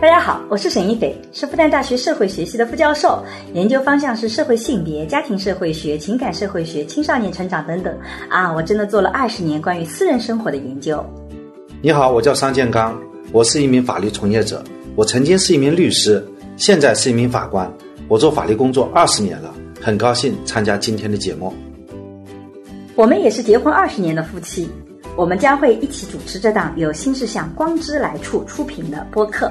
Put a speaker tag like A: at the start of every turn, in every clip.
A: 大家好，我是沈一斐，是复旦大学社会学系的副教授，研究方向是社会性别、家庭社会学、情感社会学、青少年成长等等。啊，我真的做了二十年关于私人生活的研究。
B: 你好，我叫商建刚，我是一名法律从业者，我曾经是一名律师，现在是一名法官，我做法律工作二十年了，很高兴参加今天的节目。
A: 我们也是结婚二十年的夫妻，我们将会一起主持这档由新事项光之来处出品的播客。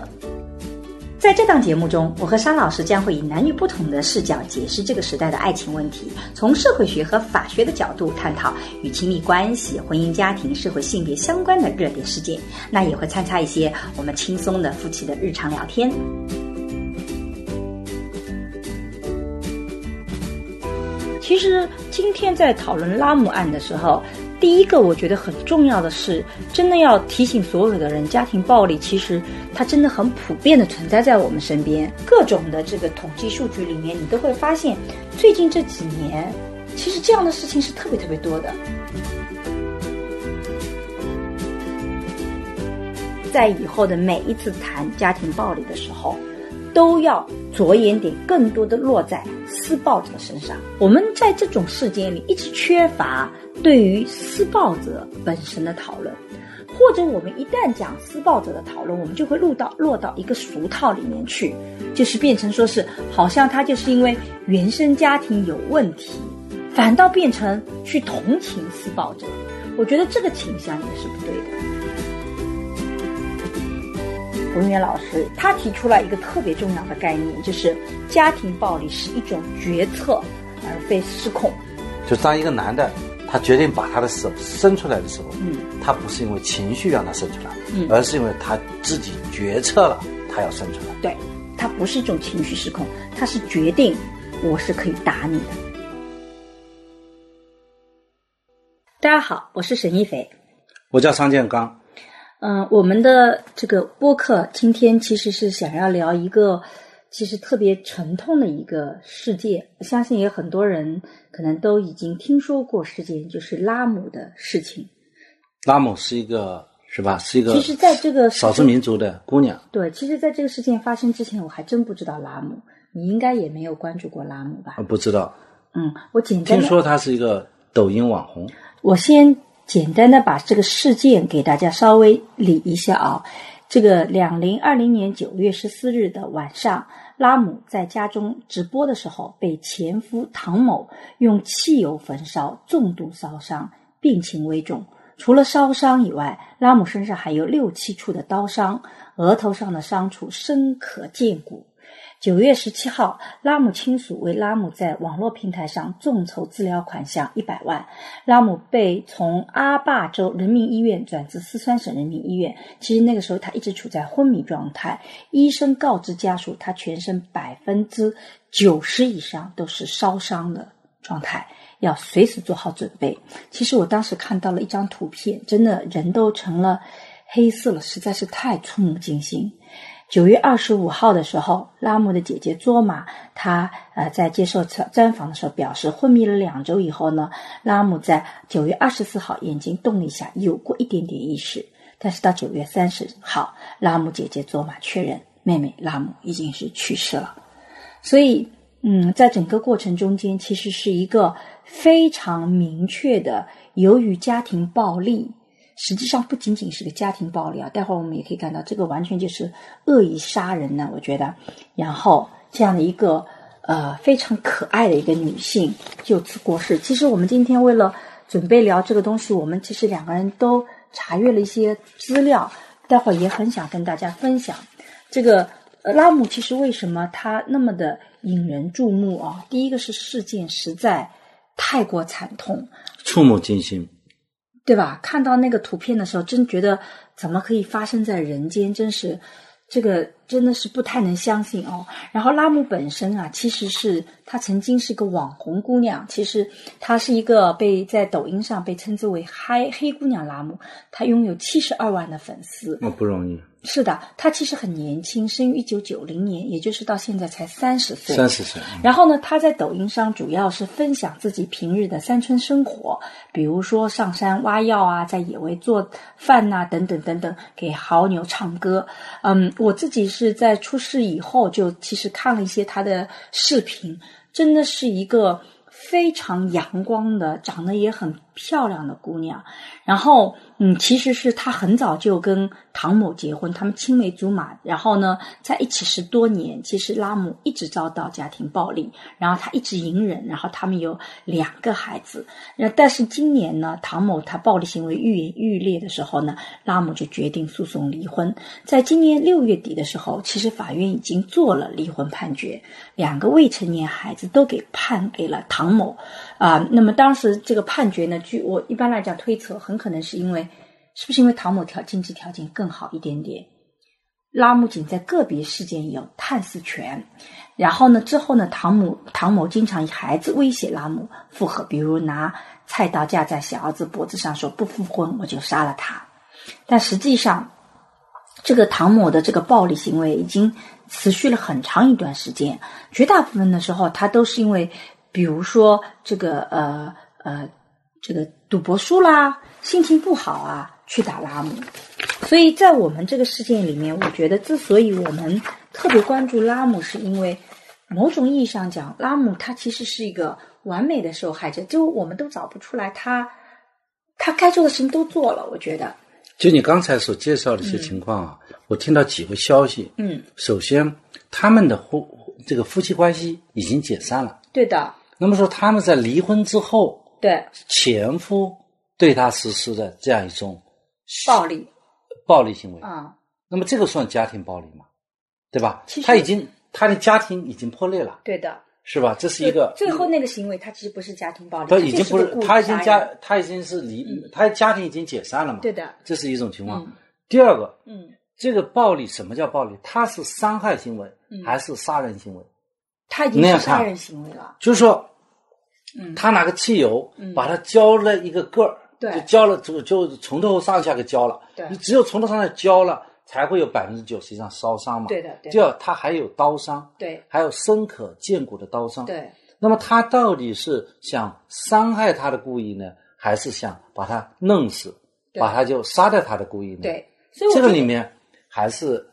A: 在这档节目中，我和沙老师将会以男女不同的视角解释这个时代的爱情问题，从社会学和法学的角度探讨与亲密关系、婚姻家庭、社会性别相关的热点事件。那也会参插一些我们轻松的夫妻的日常聊天。
C: 其实今天在讨论拉姆案的时候，第一个我觉得很重要的是，真的要提醒所有的人，家庭暴力其实它真的很普遍的存在在我们身边。各种的这个统计数据里面，你都会发现，最近这几年，其实这样的事情是特别特别多的。在以后的每一次谈家庭暴力的时候，都要着眼点更多的落在施暴者身上。我们在这种事件里一直缺乏对于施暴者本身的讨论，或者我们一旦讲施暴者的讨论，我们就会落到落到一个俗套里面去，就是变成说是好像他就是因为原生家庭有问题，反倒变成去同情施暴者。我觉得这个倾向也是不对的。冯源老师他提出了一个特别重要的概念，就是家庭暴力是一种决策，而非失控。
D: 就当一个男的他决定把他的手伸出来的时候，
C: 嗯，
D: 他不是因为情绪让他伸出来，
C: 嗯
D: 而是因为他自己决策了，他要伸出来。
C: 对，它不是一种情绪失控，它是决定我是可以打你的。
A: 大家好，我是沈一菲。
B: 我叫商建刚，
C: 嗯，我们的这个播客今天其实是想要聊一个其实特别沉痛的一个事件，相信也很多人可能都已经听说过事件，就是拉姆的事情。
B: 拉姆是一个是吧？是一个
C: 其实在这个事
B: 少数民族的姑娘，
C: 对，其实，在这个事件发生之前，我还真不知道拉姆，你应该也没有关注过拉姆吧
B: 呃？不知道，
C: 嗯，我简单
B: 听
C: 地
B: 说她是一个抖音网红。
C: 我先简单的把这个事件给大家稍微理一下啊。这个两零二零年九月十四日的晚上，拉姆在家中直播的时候，被前夫唐某用汽油焚烧，重度烧伤，病情危重。除了烧伤以外，拉姆身上还有六七处的刀伤，额头上的伤处深可见骨。九月十七号，拉姆亲属为拉姆在网络平台上众筹治疗款项一百万，拉姆被从阿坝州人民医院转至四川省人民医院。其实那个时候他一直处在昏迷状态，医生告知家属，他全身百分之九十以上都是烧伤的状态，要随时做好准备。其实我当时看到了一张图片，真的人都成了黑色了，实在是太触目惊心。九月二十五号的时候，拉姆的姐姐卓玛，她呃在接受专专访的时候表示，昏迷了两周以后呢，拉姆在九月二十四号眼睛动了一下，有过一点点意识，但是到九月三十号，拉姆姐姐卓玛确认妹妹拉姆已经是去世了。所以，嗯，在整个过程中间，其实是一个非常明确的，由于家庭暴力，实际上不仅仅是个家庭暴力啊。待会儿我们也可以看到，这个完全就是恶意杀人呢、我觉得。然后这样的一个呃非常可爱的一个女性就此过世。其实我们今天为了准备聊这个东西，我们其实两个人都查阅了一些资料，待会儿也很想跟大家分享。这个呃拉姆其实为什么他那么的引人注目啊？第一个是事件实在太过惨痛，
B: 触目惊心，
C: 对吧？看到那个图片的时候，真觉得怎么可以发生在人间？真是这个真的是不太能相信哦。然后拉姆本身啊，其实是她曾经是个网红姑娘，其实她是一个被在抖音上被称之为“嗨黑姑娘”拉姆，她拥有七十二万的粉丝，
B: 那不容易。
C: 是的，她其实很年轻，生于一九九零年，也就是到现在才三十岁。
B: 三十岁，
C: 然后呢，她在抖音上主要是分享自己平日的山村生活，比如说上山挖药啊，在野外做饭呐、等等等等，给牦牛唱歌。嗯，我自己是是在出事以后就其实看了一些他的视频，真的是一个非常阳光的，长得也很漂亮的姑娘。然后，嗯，其实是她很早就跟唐某结婚，他们青梅竹马，然后呢在一起十多年。其实拉姆一直遭到家庭暴力，然后他一直隐忍，然后他们有两个孩子。那但是今年呢，唐某他暴力行为愈演愈烈的时候呢，拉姆就决定诉讼离婚。在今年六月底的时候，其实法院已经做了离婚判决，两个未成年孩子都给判给了唐某。啊、那么当时这个判决呢，据我一般来讲推测，很可能是因为是不是因为唐某条经济条件更好一点点，拉木槿在个别事件有探视权。然后呢，之后呢，唐某唐某经常以孩子威胁拉姆复合，比如拿菜刀架在小儿子脖子上说不复婚我就杀了他。但实际上，这个唐某的这个暴力行为已经持续了很长一段时间，绝大部分的时候，他都是因为，比如说这个呃呃，这个赌博输啦，心情不好啊，去打拉姆。所以在我们这个事件里面，我觉得之所以我们特别关注拉姆，是因为某种意义上讲，拉姆他其实是一个完美的受害者，就我们都找不出来他他该做的事情都做了，我觉得，
D: 就你刚才所介绍的一些情况啊，我听到几个消息。
C: 嗯，
D: 首先，他们的夫这个夫妻关系已经解散了。
C: 对的，
D: 那么说，他们在离婚之后，
C: 对，
D: 前夫对她实施的这样一种
C: 暴力
D: 暴力行为，
C: 啊。
D: 那么这个算家庭暴力吗？对吧
C: 其？实
D: 他已经他的家庭已经破裂了，
C: 对的，
D: 是吧？这是一个
C: 最最后那个行为，他其实不是家庭暴力，
D: 他
C: 他
D: 已经不
C: 是
D: 是
C: 个故意
D: 他已经
C: 杀
D: 家
C: 人
D: 他已经是离他家庭已经解散了嘛？
C: 嗯对，的，
D: 这是一种情况
C: 嗯。
D: 第二个，
C: 嗯，
D: 这个暴力什么叫暴力？它是伤害行为
C: 嗯
D: 还是杀人行为？
C: 他已经
D: 那
C: 是
D: 样
C: 杀
D: 看
C: 人行为了，
D: 就是说，
C: 嗯，
D: 他拿个汽油
C: 嗯
D: 把它浇了一个个儿，
C: 对
D: 就浇了就就从头上下给浇了。
C: 对
D: 你只有从头上下浇了，才会有百分之九十以上烧伤嘛。
C: 对的，对
D: 第
C: 的，
D: 二，他还有刀伤，
C: 对
D: 还有深可见骨的刀伤。，
C: 对，
D: 那么他到底是想伤害他的故意呢，还是想把他弄死，
C: 对
D: 把他就杀掉他的故意呢？，
C: 对，所以我
D: 嗯这
C: 觉得
D: 个里面还是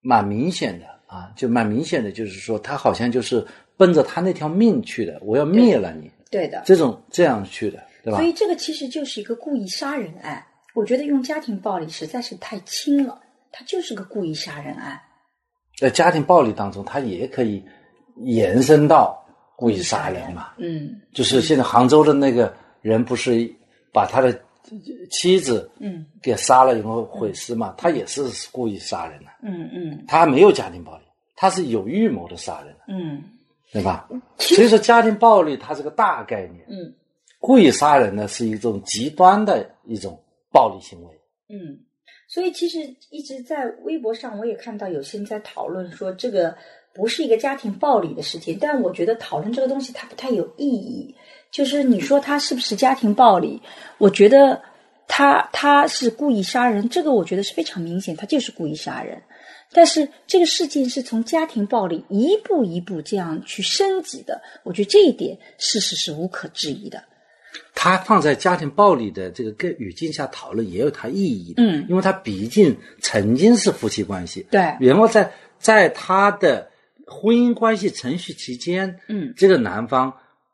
D: 蛮明显的啊，就蛮明显的，就是说他好像就是奔着他那条命去的，我要灭了你，
C: 对的，
D: 这种这样去的，对吧
C: 所？以这个其实就是一个故意杀人案。我觉得用家庭暴力实在是太轻了，它就是个故意杀人案。
D: 在家庭暴力当中，他也可以延伸到故意杀人嘛。
C: 嗯
D: 就是现在杭州的那个人不是把他的妻子
C: 嗯
D: 给杀了以后毁尸嘛，他也是故意杀人的，
C: 嗯嗯
D: 他没有家庭暴力，他是有预谋的杀人的，
C: 嗯
D: 对吧？所以说家庭暴力它是个大概念，
C: 嗯
D: 故意杀人呢是一种极端的一种暴力行为，
C: 嗯。所以其实一直在微博上，我也看到有些人在讨论说这个不是一个家庭暴力的事件，但我觉得讨论这个东西它不太有意义。就是你说他是不是家庭暴力？我觉得他他是故意杀人，这个我觉得是非常明显，他就是故意杀人。但是这个事件是从家庭暴力一步一步这样去升级的，我觉得这一点事实是无可置疑的。
D: 它放在家庭暴力的这个个语境下讨论也有它意义的，
C: 嗯
D: 因为它毕竟曾经是夫妻关系，
C: 对
D: 然后在在他的婚姻关系程序期间，
C: 嗯
D: 这个男方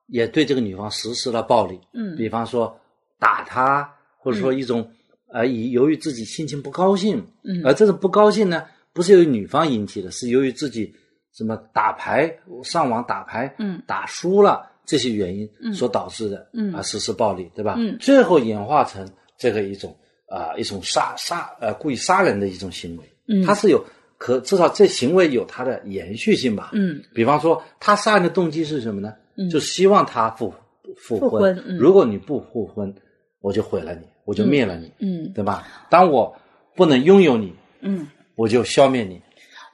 D: 也对这个女方实施了暴力，
C: 嗯
D: 比方说打她，或者说一种、呃，以由于自己心情不高兴，
C: 嗯
D: 而这种不高兴呢，不是由于女方引起的，是由于自己什么打牌、上网打牌，
C: 嗯
D: 打输了这些原因
C: 嗯
D: 所导致的，
C: 嗯
D: 啊，实施暴力，对吧？
C: 嗯
D: 最后演化成这个一种啊、一种杀杀呃故意杀人的一种行为，
C: 嗯
D: 它是有可至少这行为有它的延续性吧，
C: 嗯
D: 比方说，他杀人的动机是什么呢？
C: 嗯
D: 就希望他复复
C: 复
D: 婚。
C: 婚嗯
D: 如果你不复婚，我就毁了你，我就灭了你，
C: 嗯
D: 对吧？当我不能拥有你，
C: 嗯。
D: 我就消灭你。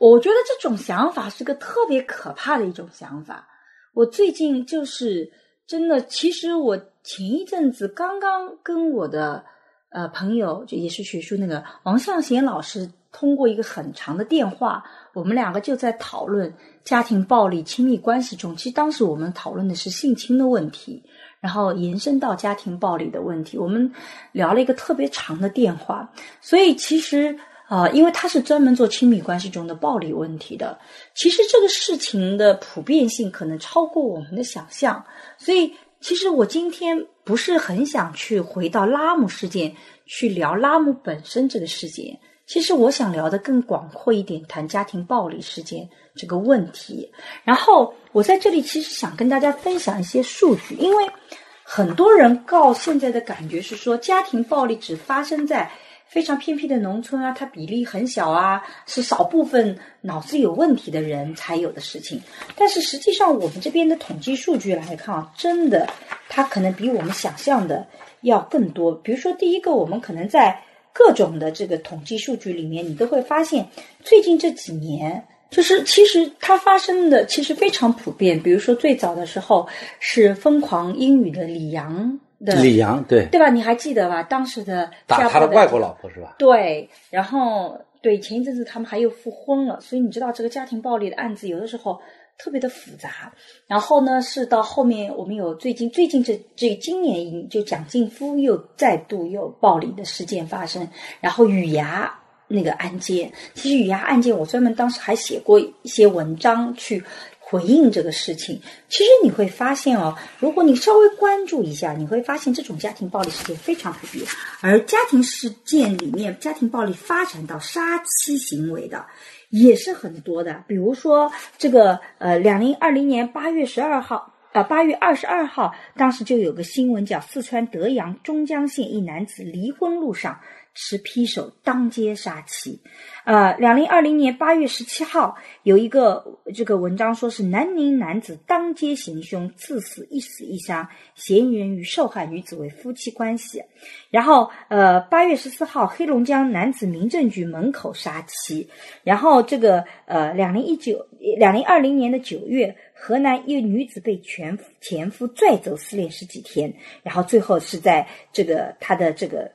C: 我觉得这种想法是个特别可怕的一种想法。我最近就是真的，其实我前一阵子刚刚跟我的呃朋友，就也是学术那个王向贤老师，通过一个很长的电话，我们两个就在讨论家庭暴力、亲密关系中。其实当时我们讨论的是性侵的问题，然后延伸到家庭暴力的问题，我们聊了一个特别长的电话。所以其实啊，因为他是专门做亲密关系中的暴力问题的。其实这个事情的普遍性可能超过我们的想象，所以其实我今天不是很想去回到拉姆事件去聊拉姆本身这个事件。其实我想聊的更广阔一点，谈家庭暴力事件这个问题。然后我在这里其实想跟大家分享一些数据，因为很多人告现在的感觉是说，家庭暴力只发生在非常偏僻的农村啊，它比例很小啊，是少部分脑子有问题的人才有的事情。但是实际上，我们这边的统计数据来看啊，真的它可能比我们想象的要更多。比如说，第一个，我们可能在各种的这个统计数据里面，你都会发现，最近这几年，就是其实它发生的其实非常普遍。比如说最早的时候是疯狂英语的李阳的，
D: 李阳对，
C: 对吧？你还记得吧？当时的
D: 打
C: 家
D: 他的
C: 暴
D: 外国老婆是吧？
C: 对，然后对前一阵子他们还又复婚了，所以你知道这个家庭暴力的案子有的时候特别的复杂。然后呢，是到后面我们有最近最近这这今年就蒋劲夫又再度有暴力的事件发生，然后雨牙那个案件，其实雨牙案件我专门当时还写过一些文章去。回应这个事情，其实你会发现哦，如果你稍微关注一下，你会发现这种家庭暴力事件非常普遍。而家庭事件里面，家庭暴力发展到杀妻行为的也是很多的。比如说这个呃，两零二零年八月十二号。呃，八月二十二号，当时就有个新闻叫四川德阳中江县一男子离婚路上持匕首当街杀妻。呃，两零二零年八月十七号，有一个这个文章说是南宁男子当街行凶，致死一死一伤，嫌疑人与受害女子为夫妻关系。然后，呃，八月十四号，黑龙江男子民政局门口杀妻。然后，这个呃，两零一九、两零二零年的九月，河南一个女子被前夫前夫拽走失联十几天，然后最后是在这个她的这个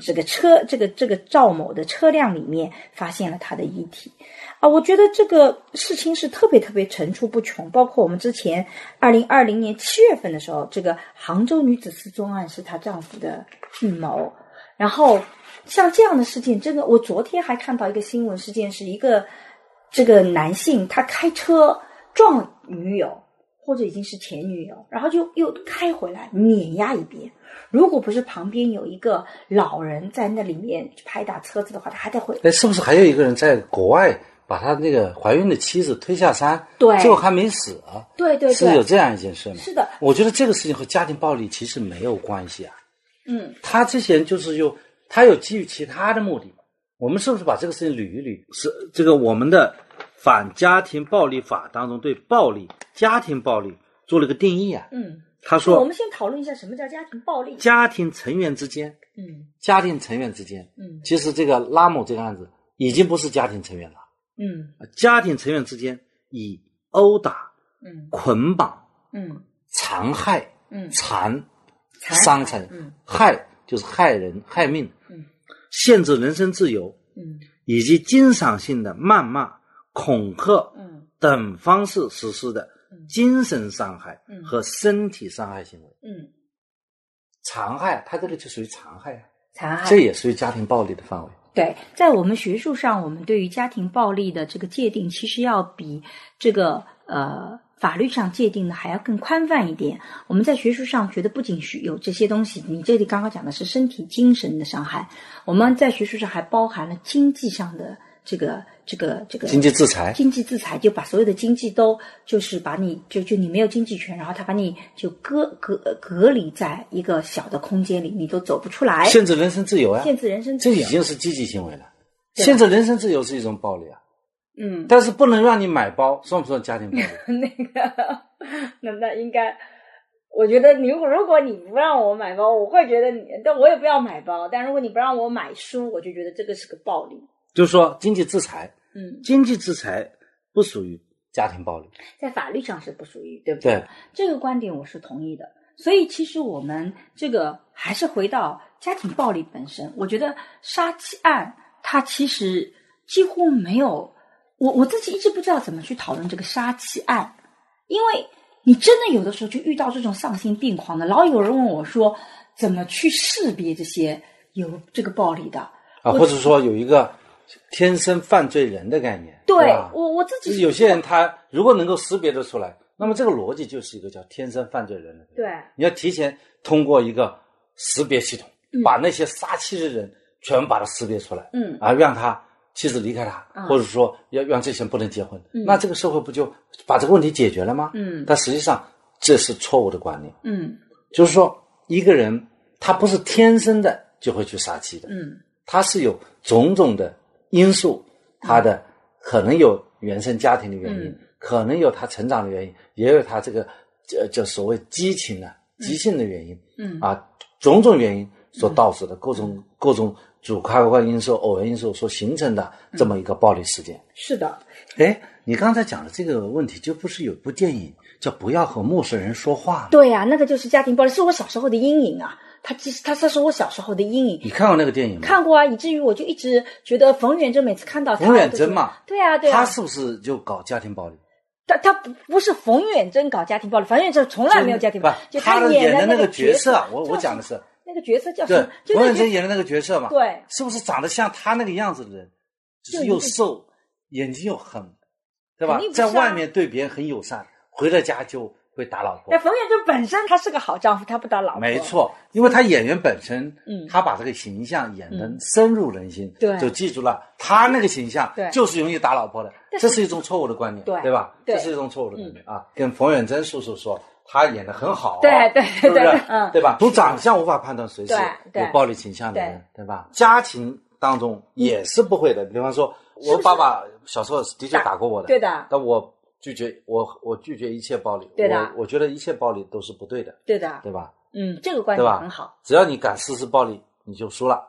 C: 这个车这个这个赵某的车辆里面发现了她的遗体。啊，我觉得这个事情是特别特别层出不穷，包括我们之前二零二零年七月份的时候，这个杭州女子失踪案是她丈夫的预谋，然后像这样的事件，真的，我昨天还看到一个新闻事件，是一个这个男性他开车撞了女友，或者已经是前女友，然后就又开回来碾压一遍。如果不是旁边有一个老人在那里面拍打车子的话，他还得回
D: 哎，是不是还有一个人在国外把他那个怀孕的妻子推下山，
C: 对
D: 最后还没死啊？
C: 对对
D: 是有
C: 对，
D: 这样一件事吗？
C: 是的，
D: 我觉得这个事情和家庭暴力其实没有关系啊。
C: 嗯，
D: 他这些人就是有他有基于其他的目的。我们是不是把这个事情捋一捋？是这个我们的反家庭暴力法当中对暴力、家庭暴力做了个定义啊。
C: 嗯。
D: 他
C: 我
D: 说
C: 们先讨论一下什么叫家庭暴力。
D: 家庭成员之间，
C: 嗯
D: 家庭成员之间，
C: 嗯
D: 其实这个拉姆这个案子已经不是家庭成员了，
C: 嗯
D: 家庭成员之间以殴打、
C: 嗯
D: 捆绑、
C: 嗯
D: 残害、
C: 嗯，
D: 残
C: 残
D: 伤残
C: 嗯
D: 害就是害人害命
C: 嗯，
D: 限制人身自由，
C: 嗯
D: 以及经常性的谩骂、恐吓
C: 嗯
D: 等方式实施的
C: 嗯
D: 精神伤害
C: 嗯
D: 和身体伤害行为。
C: 嗯，
D: 残害，他这个就属于残害啊，
C: 残害
D: 这也属于家庭暴力的范围。
C: 对，在我们学术上，我们对于家庭暴力的这个界定，其实要比这个呃法律上界定的还要更宽泛一点。我们在学术上觉得不仅是有这些东西，你这里刚刚讲的是身体、精神的伤害，我们在学术上还包含了经济上的这个这个这个
D: 经济制裁，
C: 经济制裁就把所有的经济都就是把你就就你没有经济权，然后他把你就隔隔隔离在一个小的空间里，你都走不出来，
D: 限制人身自由呀、
C: 哎
D: 啊
C: 限制人身自
D: 这
C: 由。
D: 已经是积极行为了。
C: 对
D: 限制人身自由是一种暴力啊，
C: 嗯，
D: 但是不能让你买包，算不算家庭暴力？
C: 那个，那那应该，我觉得你如果如果你不让我买包，我会觉得你，但我也不要买包。但如果你不让我买书，我就觉得这个是个暴力。
D: 就是说经济制裁，
C: 嗯，
D: 经济制裁不属于家庭暴力。
C: 在法律上是不属于，对不
D: 对，
C: 这个观点我是同意的。所以其实我们这个还是回到家庭暴力本身，我觉得杀妻案它其实几乎没有，我我自己一直不知道怎么去讨论这个杀妻案，因为你真的有的时候就遇到这种丧心病狂的，老有人问我说怎么去识别这些有这个暴力的，
D: 啊，
C: 我
D: 或者说有一个天生犯罪人的概念。
C: 对
D: 吧
C: 我我自己
D: 啊有些人他如果能够识别得出来，那么这个逻辑就是一个叫天生犯罪人的。
C: 对，
D: 你要提前通过一个识别系统，把那些杀妻之人全把它识别出来，
C: 嗯
D: 啊，让他妻子离开他，
C: 啊
D: 或者说要让这些人不能结婚，
C: 嗯
D: 那这个社会不就把这个问题解决了吗？
C: 嗯
D: 但实际上这是错误的观念，
C: 嗯
D: 就是说一个人他不是天生的就会去杀妻的，
C: 嗯
D: 它是有种种的因素，它的可能有原生家庭的原因，
C: 嗯
D: 可能有他成长的原因，也有他这个这这所谓激情啊、急性的原因、
C: 嗯
D: 啊，种种原因所导致的各种各种主客观因素、偶然因素所形成的
C: 嗯
D: 这么一个暴力事件。
C: 是的，
D: 哎，你刚才讲的这个问题，就不是有部电影叫《不要和陌生人说话》吗？
C: 对呀、那个就是家庭暴力，是我小时候的阴影啊。它其实它算是我小时候的阴影
D: 你，看过那个电影吗？
C: 看过啊，以至于我就一直觉得冯远征每次看到他
D: 冯远
C: 我就觉得
D: 征嘛
C: 对呀、对呀、啊
D: 他是不是就搞家庭暴力？
C: 他他不不是冯远征搞家庭暴力，冯远征从来没有家庭暴力，
D: 不
C: 就
D: 他的
C: 演
D: 演的那
C: 个
D: 个角色啊，我
C: 叫
D: 我
C: 什
D: 讲的
C: 么
D: 是
C: 那个角色叫什
D: 对
C: 么？， 就
D: 冯
C: 那
D: 远
C: 个角
D: 征演的那个角色嘛，
C: 对
D: 是不是长得像他那个样子的人，就
C: 就是一
D: 又
C: 个
D: 瘦，眼睛又狠，对吧
C: 肯定？不是
D: 在
C: 啊
D: 外面对别人很友善，回到家就会打老婆
C: 那。冯远征本身他是个好丈夫，他不打老婆，
D: 没，错，因为他演员本身，
C: 嗯
D: 他把这个形象演得
C: 嗯
D: 深入人心，
C: 对
D: 就记住了他那个形象
C: 对
D: 就是容易打老婆的，
C: 但是
D: 这是一种错误的观念，
C: 对
D: 对吧？
C: 对嗯
D: 这是一种错误的观念啊！跟冯远征叔叔说，他演得很好，
C: 对对
D: 是不
C: 对
D: 是
C: 对？嗯
D: 对吧？从长相无法判断谁是
C: 对对
D: 有暴力倾向的人，对吧？家庭当中也是不会的，比方说，我爸爸小时候的确
C: 嗯打
D: 打过我的，
C: 对的，
D: 但我拒绝我我拒绝一切暴力，
C: 对的
D: 我我觉得一切暴力都是不对的，
C: 对的，
D: 对吧？
C: 嗯，这个观
D: 对
C: 点
D: 吧
C: 很好，
D: 只要你敢实施暴力，你就输了。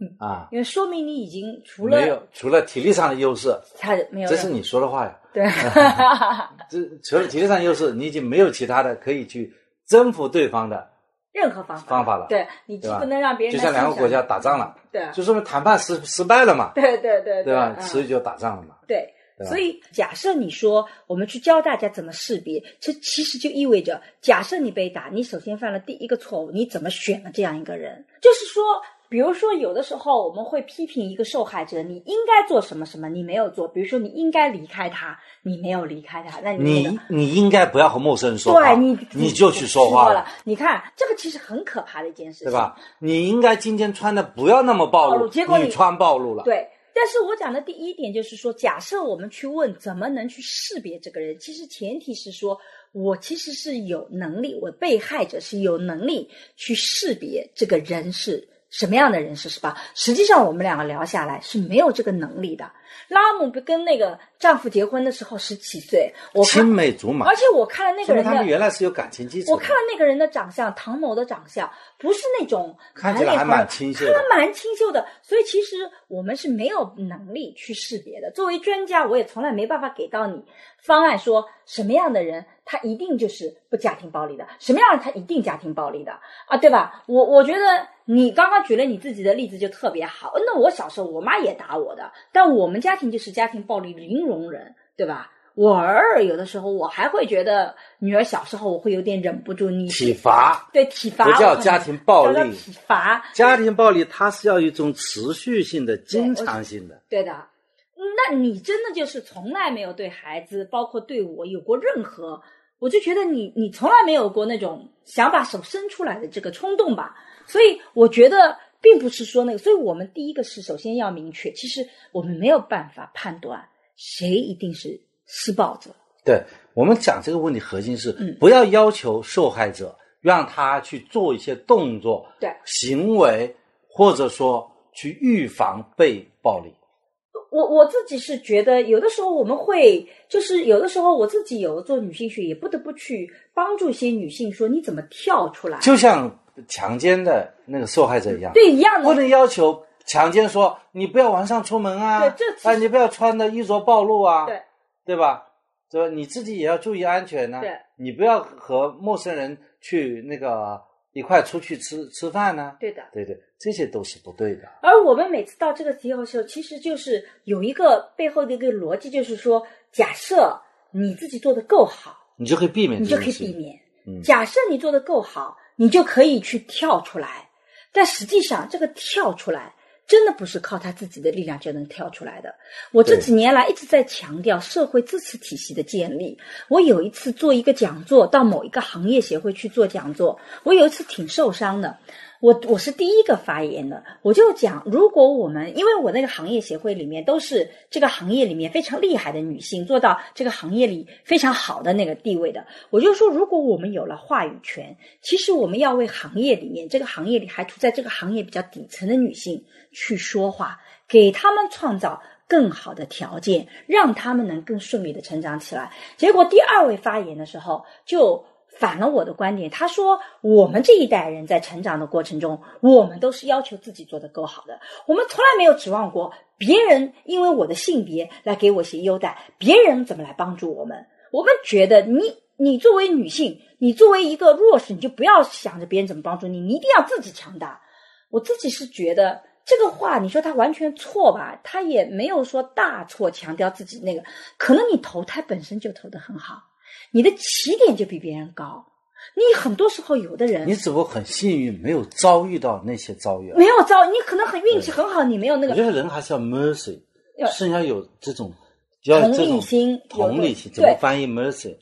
C: 嗯
D: 啊，
C: 因为说明你已经除
D: 没
C: 了
D: 有除了体力上的优势，
C: 他没有
D: 这是
C: 任何
D: 你说的话呀。
C: 对，
D: 这除了体力上的优势，你已经没有其他的可以去征服对方的
C: 任何方法
D: 方法了。，
C: 对你既
D: 对吧
C: 不能让别人
D: 就
C: 来
D: 像两个
C: 欣赏
D: 国家打仗了，
C: 对
D: 就说明谈判失失败了嘛，
C: 对对啊对
D: 对吧？
C: 嗯
D: 所以就打仗了嘛。
C: 对，
D: 对吧
C: 所以假设你说我们去教大家怎么识别，这其实就意味着，假设你被打，你首先犯了第一个错误，你怎么选了这样一个人？就是说，比如说有的时候我们会批评一个受害者，你应该做什么什么，你没有做，比如说你应该离开他，你没有离开他，那你那个
D: 你你应该不要和陌生人说话，
C: 嗯对你
D: 你就去
C: 说
D: 说话
C: 了，，你看这个其实很可怕的一件事情，
D: 对吧？你应该今天穿的不要那么暴
C: 暴露
D: 露，
C: 结果你
D: 你穿暴露了，
C: 对，但是我讲的第一点就是说，假设我们去问怎么能去识别这个人，其实前提是说我其实是有能力，我被害者是有能力去识别这个人是。什么样的人是是吧？实际上，我们两个聊下来是没有这个能力的。拉姆不跟那个丈夫结婚的时候十七岁，我看
D: 青，梅竹马
C: 而，且我看了那个
D: 说
C: 人
D: 明他们
C: 的，
D: 原来是有感情基础的。
C: 我看了那个人的长相，唐某的长相不是那种
D: 看起来还
C: 蛮。
D: 蛮清秀
C: 他
D: 的，
C: 蛮清秀的，所以其实我们是没有能力去识别的。作为专家，我也从来没办法给到你方案，说什么样的人他一定就是不家庭暴力的，什么样的人他一定家庭暴力的啊，对吧？我我觉得你刚刚举了你自己的例子就特别好。那我小时候我妈也打我的，但我们家庭就是家庭暴力零容忍，对吧？我偶尔有的时候我还会觉得女儿小时候我会有点忍不住你
D: 体罚
C: 对体罚
D: 不
C: 我
D: 叫
C: 可能
D: 家庭暴
C: 叫
D: 力
C: 做，体罚，
D: 家庭暴力它是要一种持续性的、经常性的。
C: 对的，嗯那你真的就是从来没有对孩子，包括对我有过任何，我就觉得你你从来没有过那种想把手伸出来的这个冲动吧。所以我觉得并不是说那个，所以我们第一个是首先要明确，其实我们没有办法判断谁一定是施暴者。
D: 对我们讲这个问题核心是
C: 嗯，
D: 不要要求受害者让他去做一些动作、
C: 对
D: 行为，或者说去预防被暴力。
C: 我我自己是觉得，有的时候我们会，就是有的时候我自己有做女性学，也不得不去帮助一些女性说你怎么跳出来，
D: 就像强奸的那个受害者一样，
C: 对一样的
D: 不能要求强奸说你不要晚上出门啊，
C: 对这其实
D: 啊你不要穿的衣着暴露啊，
C: 对
D: 对吧？对吧？你自己也要注意安全呢、啊
C: 对
D: 你不要和陌生人去那个一块出去吃吃饭呢、
C: 对的。
D: 对对，这些都是不对的。
C: 而我们每次到这个题目的时候，其实就是有一个背后的一个逻辑，就是说，假设你自己做的够好，
D: 你就可以避免
C: 你
D: 这
C: 就
D: 种
C: 可以
D: 事情，
C: 避免；
D: 嗯
C: 假设你做的够好，你就可以去跳出来。但实际上，这个跳出来真的不是靠他自己的力量就能跳出来的。我这几年来一直在强调社会支持体系的建立。我有一次做一个讲座，到某一个行业协会去做讲座，我有一次挺受伤的。我我是第一个发言的，我就讲，如果我们因为我那个行业协会里面都是这个行业里面非常厉害的女性，做到这个行业里非常好的那个地位的，我就说，如果我们有了话语权，其实我们要为行业里面这个行业里还处在这个行业比较底层的女性去说话，给她们创造。更好的条件，让她们能更顺利的成长起来。结果第二位发言的时候，就反了我的观点。他说，我们这一代人在成长的过程中，我们都是要求自己做得够好的，我们从来没有指望过别人因为我的性别来给我一些优待，别人怎么来帮助我们？我们觉得你，你作为女性，你作为一个弱势，你就不要想着别人怎么帮助你，你一定要自己强大。我自己是觉得。这个话你说他完全错吧？他也没有说大错，强调自己那个，可能你投胎本身就投得很好，你的起点就比别人高。你很多时候有的人
D: 你只不过很幸运，没有遭遇到那些遭遇而已。
C: 没有招，你可能很运气很好，你没有那
D: 我觉
C: 个
D: 得人还是要 mercy，
C: 要
D: 是要有这种要有这
C: 同理
D: 种
C: 心有
D: 同
C: 个
D: 理心怎么
C: 对
D: 翻译 mercy？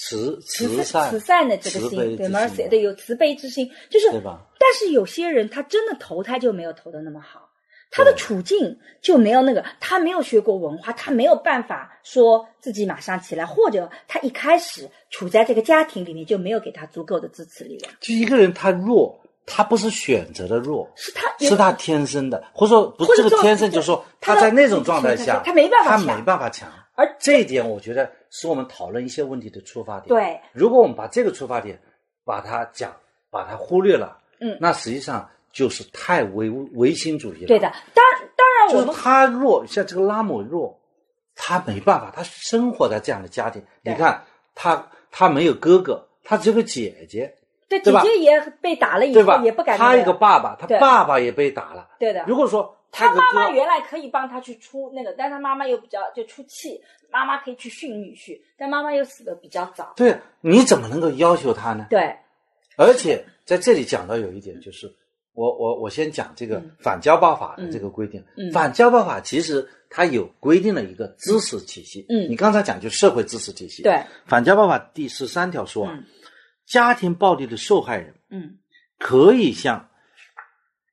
D: 慈慈
C: 慈
D: 善
C: 慈善的这个
D: 慈悲
C: 心，对
D: 之
C: mercy，
D: 心啊
C: 对有慈悲之心，就是
D: 对吧？
C: 但是有些人他真的投胎就没有投的那么好，他的处境就没有那个，他没有学过文化，他没有办法说自己马上起来，或者他一开始处在这个家庭里面就没有给他足够的支持力量，
D: 就一个人他弱，他不是选择的弱，
C: 是他
D: 是他天生的，或者说不
C: 或者
D: 这个
C: 说
D: 天生，就说
C: 他的
D: 他在那种状态下，
C: 他没办法
D: 他
C: 强
D: 没办法强。
C: 而
D: 这一点，我觉得是我们讨论一些问题的出发点。
C: 对，
D: 如果我们把这个出发点把它讲，把它忽略了，
C: 嗯
D: 那实际上就是太唯物唯心主义了。
C: 对的，，当当然
D: 就
C: 我
D: 是
C: 们
D: 他弱，像这个拉姆弱，他没办法，他生活在这样的家庭。
C: 对
D: 你看，他他没有哥哥，他只有个姐姐，
C: 对姐
D: 对吧
C: 姐也被打了以
D: 对吧
C: 后也不敢那
D: 他
C: 个
D: 一个爸爸，他
C: 对
D: 爸爸也被打了。
C: 对的，
D: 如果说
C: 他
D: 有个
C: 妈妈
D: 哥
C: 原来可以帮他去出那个，但他妈妈又比较就出气，妈妈可以去训女婿，但妈妈又死的比较早。
D: 对，你怎么能够要求他呢？
C: 对，
D: 而且在这里讲到有一点，就是我我我先讲这个
C: 嗯
D: 反家暴法的这个规定。
C: 嗯
D: 反家暴法其实它有规定了一个知识体系。
C: 嗯
D: 你刚才讲就社会知识体系。，
C: 对，
D: 反家暴法第十三条说啊，
C: 嗯
D: 家庭暴力的受害人
C: 嗯
D: 可以向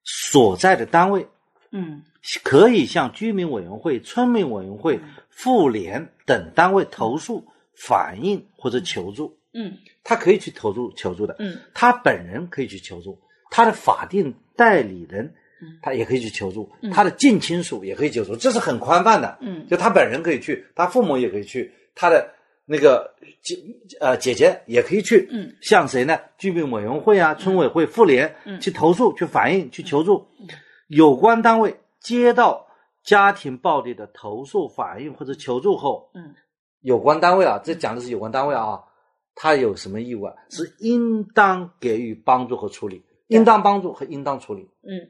D: 所在的单位，
C: 嗯
D: 可以向居民委员会、村民委员
C: 嗯
D: 会、妇联等单位投诉、反映或者求助。
C: 嗯
D: 他可以去投诉求助的，
C: 嗯
D: 他本人可以去求助，他的法定代理人
C: 嗯，
D: 他也可以去求助，
C: 嗯
D: 他的近亲属也可以求助，这是很宽泛的，
C: 嗯
D: 就他本人可以去，他父母也可以去，他的那个姐呃姐姐也可以去，
C: 嗯，
D: 向谁呢？居民委员会啊、村委会、妇联、
C: 嗯
D: 去投诉、去反映、去求助，有关单位接到家庭暴力的投诉、反映或者求助后，
C: 嗯，
D: 有关单位啊，这讲的是有关单位啊，他有什么义务啊？是应当给予帮助和处理，
C: 对
D: 应当帮助和应当处理。
C: 嗯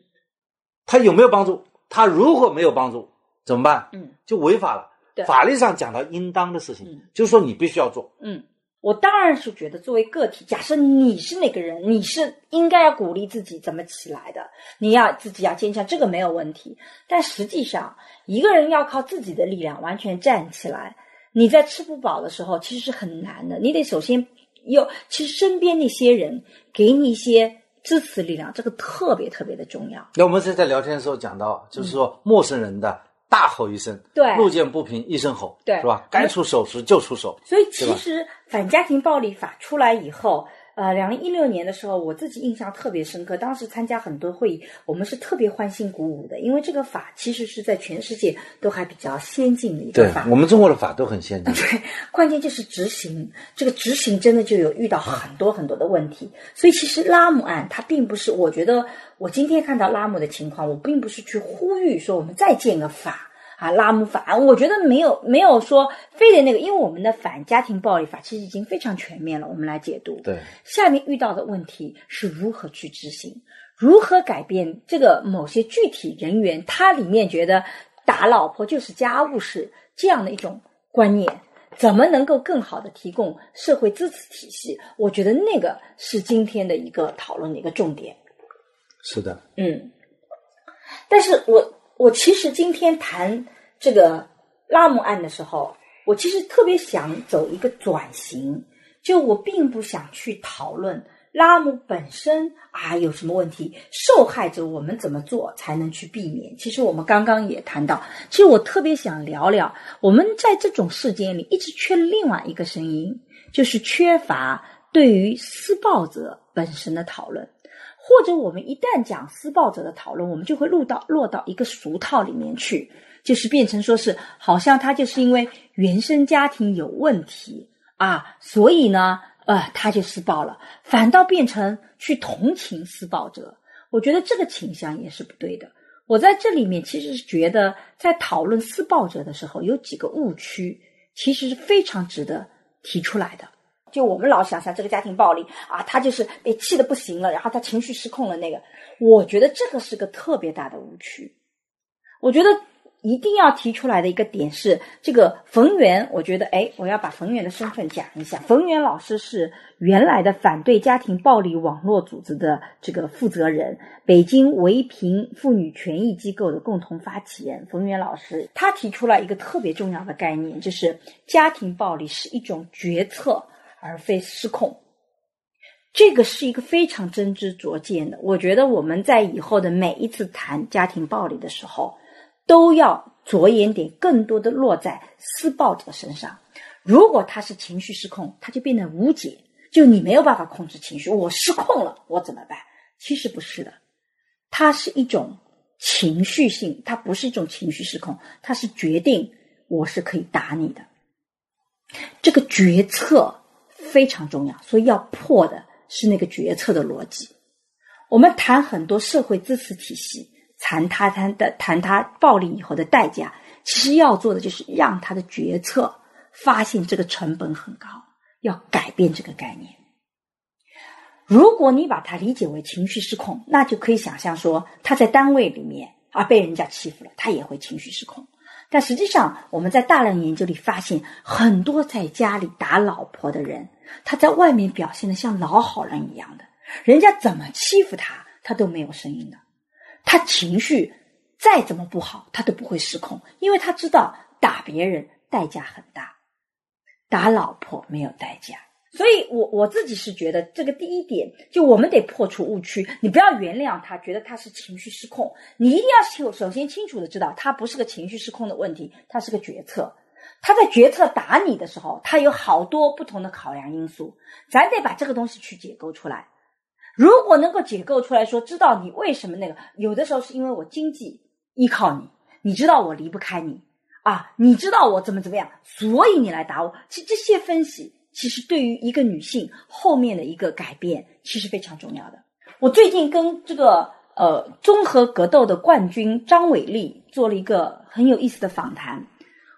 D: 他有没有帮助？他如果没有帮助，怎么办？
C: 嗯
D: 就违法了
C: 对。
D: 法律上讲到应当的事情，
C: 嗯
D: 就是说你必须要做。
C: 嗯，我当然是觉得作为个体，假设你是那个人，你是应该要鼓励自己怎么起来的，你要自己要坚强，这个没有问题。但实际上，一个人要靠自己的力量完全站起来，你在吃不饱的时候其实是很难的，你得首先有，其实身边那些人给你一些支持力量，这个特别特别的重要。
D: 那我们是在聊天的时候讲到，就是说陌生人的大吼一声，
C: 嗯对
D: 路见不平一声吼，
C: 对
D: 是吧？该出手时就出手。
C: 所以其
D: 对吧
C: 实反家庭暴力法出来以后，呃，两零一六年的时候，我自己印象特别深刻。当时参加很多会议，我们是特别欢欣鼓舞的，因为这个法其实是在全世界都还比较先进的一个
D: 对
C: 法
D: 我。们中国的法都很先进，
C: 关键就是执行，这个执行真的就有遇到很多很多的问题。所以其实拉姆案它并不是，我觉得我今天看到拉姆的情况，我并不是去呼吁说我们再建个法啊，拉姆法案，我觉得没有没有说非得那个，因为我们的反家庭暴力法其实已经非常全面了，我们来解读。
D: 对，
C: 下面遇到的问题是如何去执行，如何改变这个某些具体人员他里面觉得打老婆就是家务事这样的一种观念，怎么能够更好的提供社会支持体系？我觉得那个是今天的一个讨论的一个重点。
D: 是的。
C: 嗯，但是我我其实今天谈这个拉姆案的时候，我其实特别想走一个转型，就我并不想去讨论拉姆本身啊有什么问题，受害者我们怎么做才能去避免？其实我们刚刚也谈到，其实我特别想聊聊，我们在这种事件里一直缺另外一个声音，就是缺乏对于施暴者本身的讨论。或者我们一旦讲施暴者的讨论，我们就会落到落到一个俗套里面去，就是变成说是好像他就是因为原生家庭有问题啊，所以呢，呃，他就施暴了，反倒变成去同情施暴者。我觉得这个倾向也是不对的。我在这里面其实是觉得，在讨论施暴者的时候，有几个误区其实是非常值得提出来的。就我们老想象这个家庭暴力啊，他就是被气的不行了，然后他情绪失控了那个，我觉得这个是个特别大的误区。我觉得一定要提出来的一个点是，这个冯源，我觉得哎，我要把冯源的身份讲一下。冯源老师是原来的反对家庭暴力网络组织的这个负责人，北京唯平妇女权益机构的共同发起人。冯源老师他提出了一个特别重要的概念，就是家庭暴力是一种决策。而非失控，这个是一个非常真知灼见的。我觉得我们在以后的每一次谈家庭暴力的时候，都要着眼点更多的落在施暴者身上。如果他是情绪失控，他就变得无解，就你没有办法控制情绪，我失控了，我怎么办？其实不是的，它是一种情绪性，它不是一种情绪失控，它是决定我是可以打你的这个决策。非常重要，所以要破的是那个决策的逻辑。我们谈很多社会支持体系，谈它谈的谈它暴力以后的代价，其实要做的就是让他的决策发现这个成本很高，要改变这个概念。如果你把它理解为情绪失控，那就可以想象说他在单位里面啊被人家欺负了，他也会情绪失控。但实际上，我们在大量研究里发现，很多在家里打老婆的人，他在外面表现的像老好人一样的，人家怎么欺负他，他都没有声音的。他情绪再怎么不好，他都不会失控，因为他知道打别人代价很大，打老婆没有代价。所以我，我我自己是觉得这个第一点，就我们得破除误区，你不要原谅他，觉得他是情绪失控，你一定要清首先清楚的知道，他不是个情绪失控的问题，他是个决策。他在决策打你的时候，他有好多不同的考量因素，咱得把这个东西去解构出来。如果能够解构出来说，知道你为什么那个，有的时候是因为我经济依靠你，你知道我离不开你啊，你知道我怎么怎么样，所以你来打我。其实这些分析。其实对于一个女性后面的一个改变，其实非常重要的。我最近跟这个呃综合格斗的冠军张伟丽做了一个很有意思的访谈，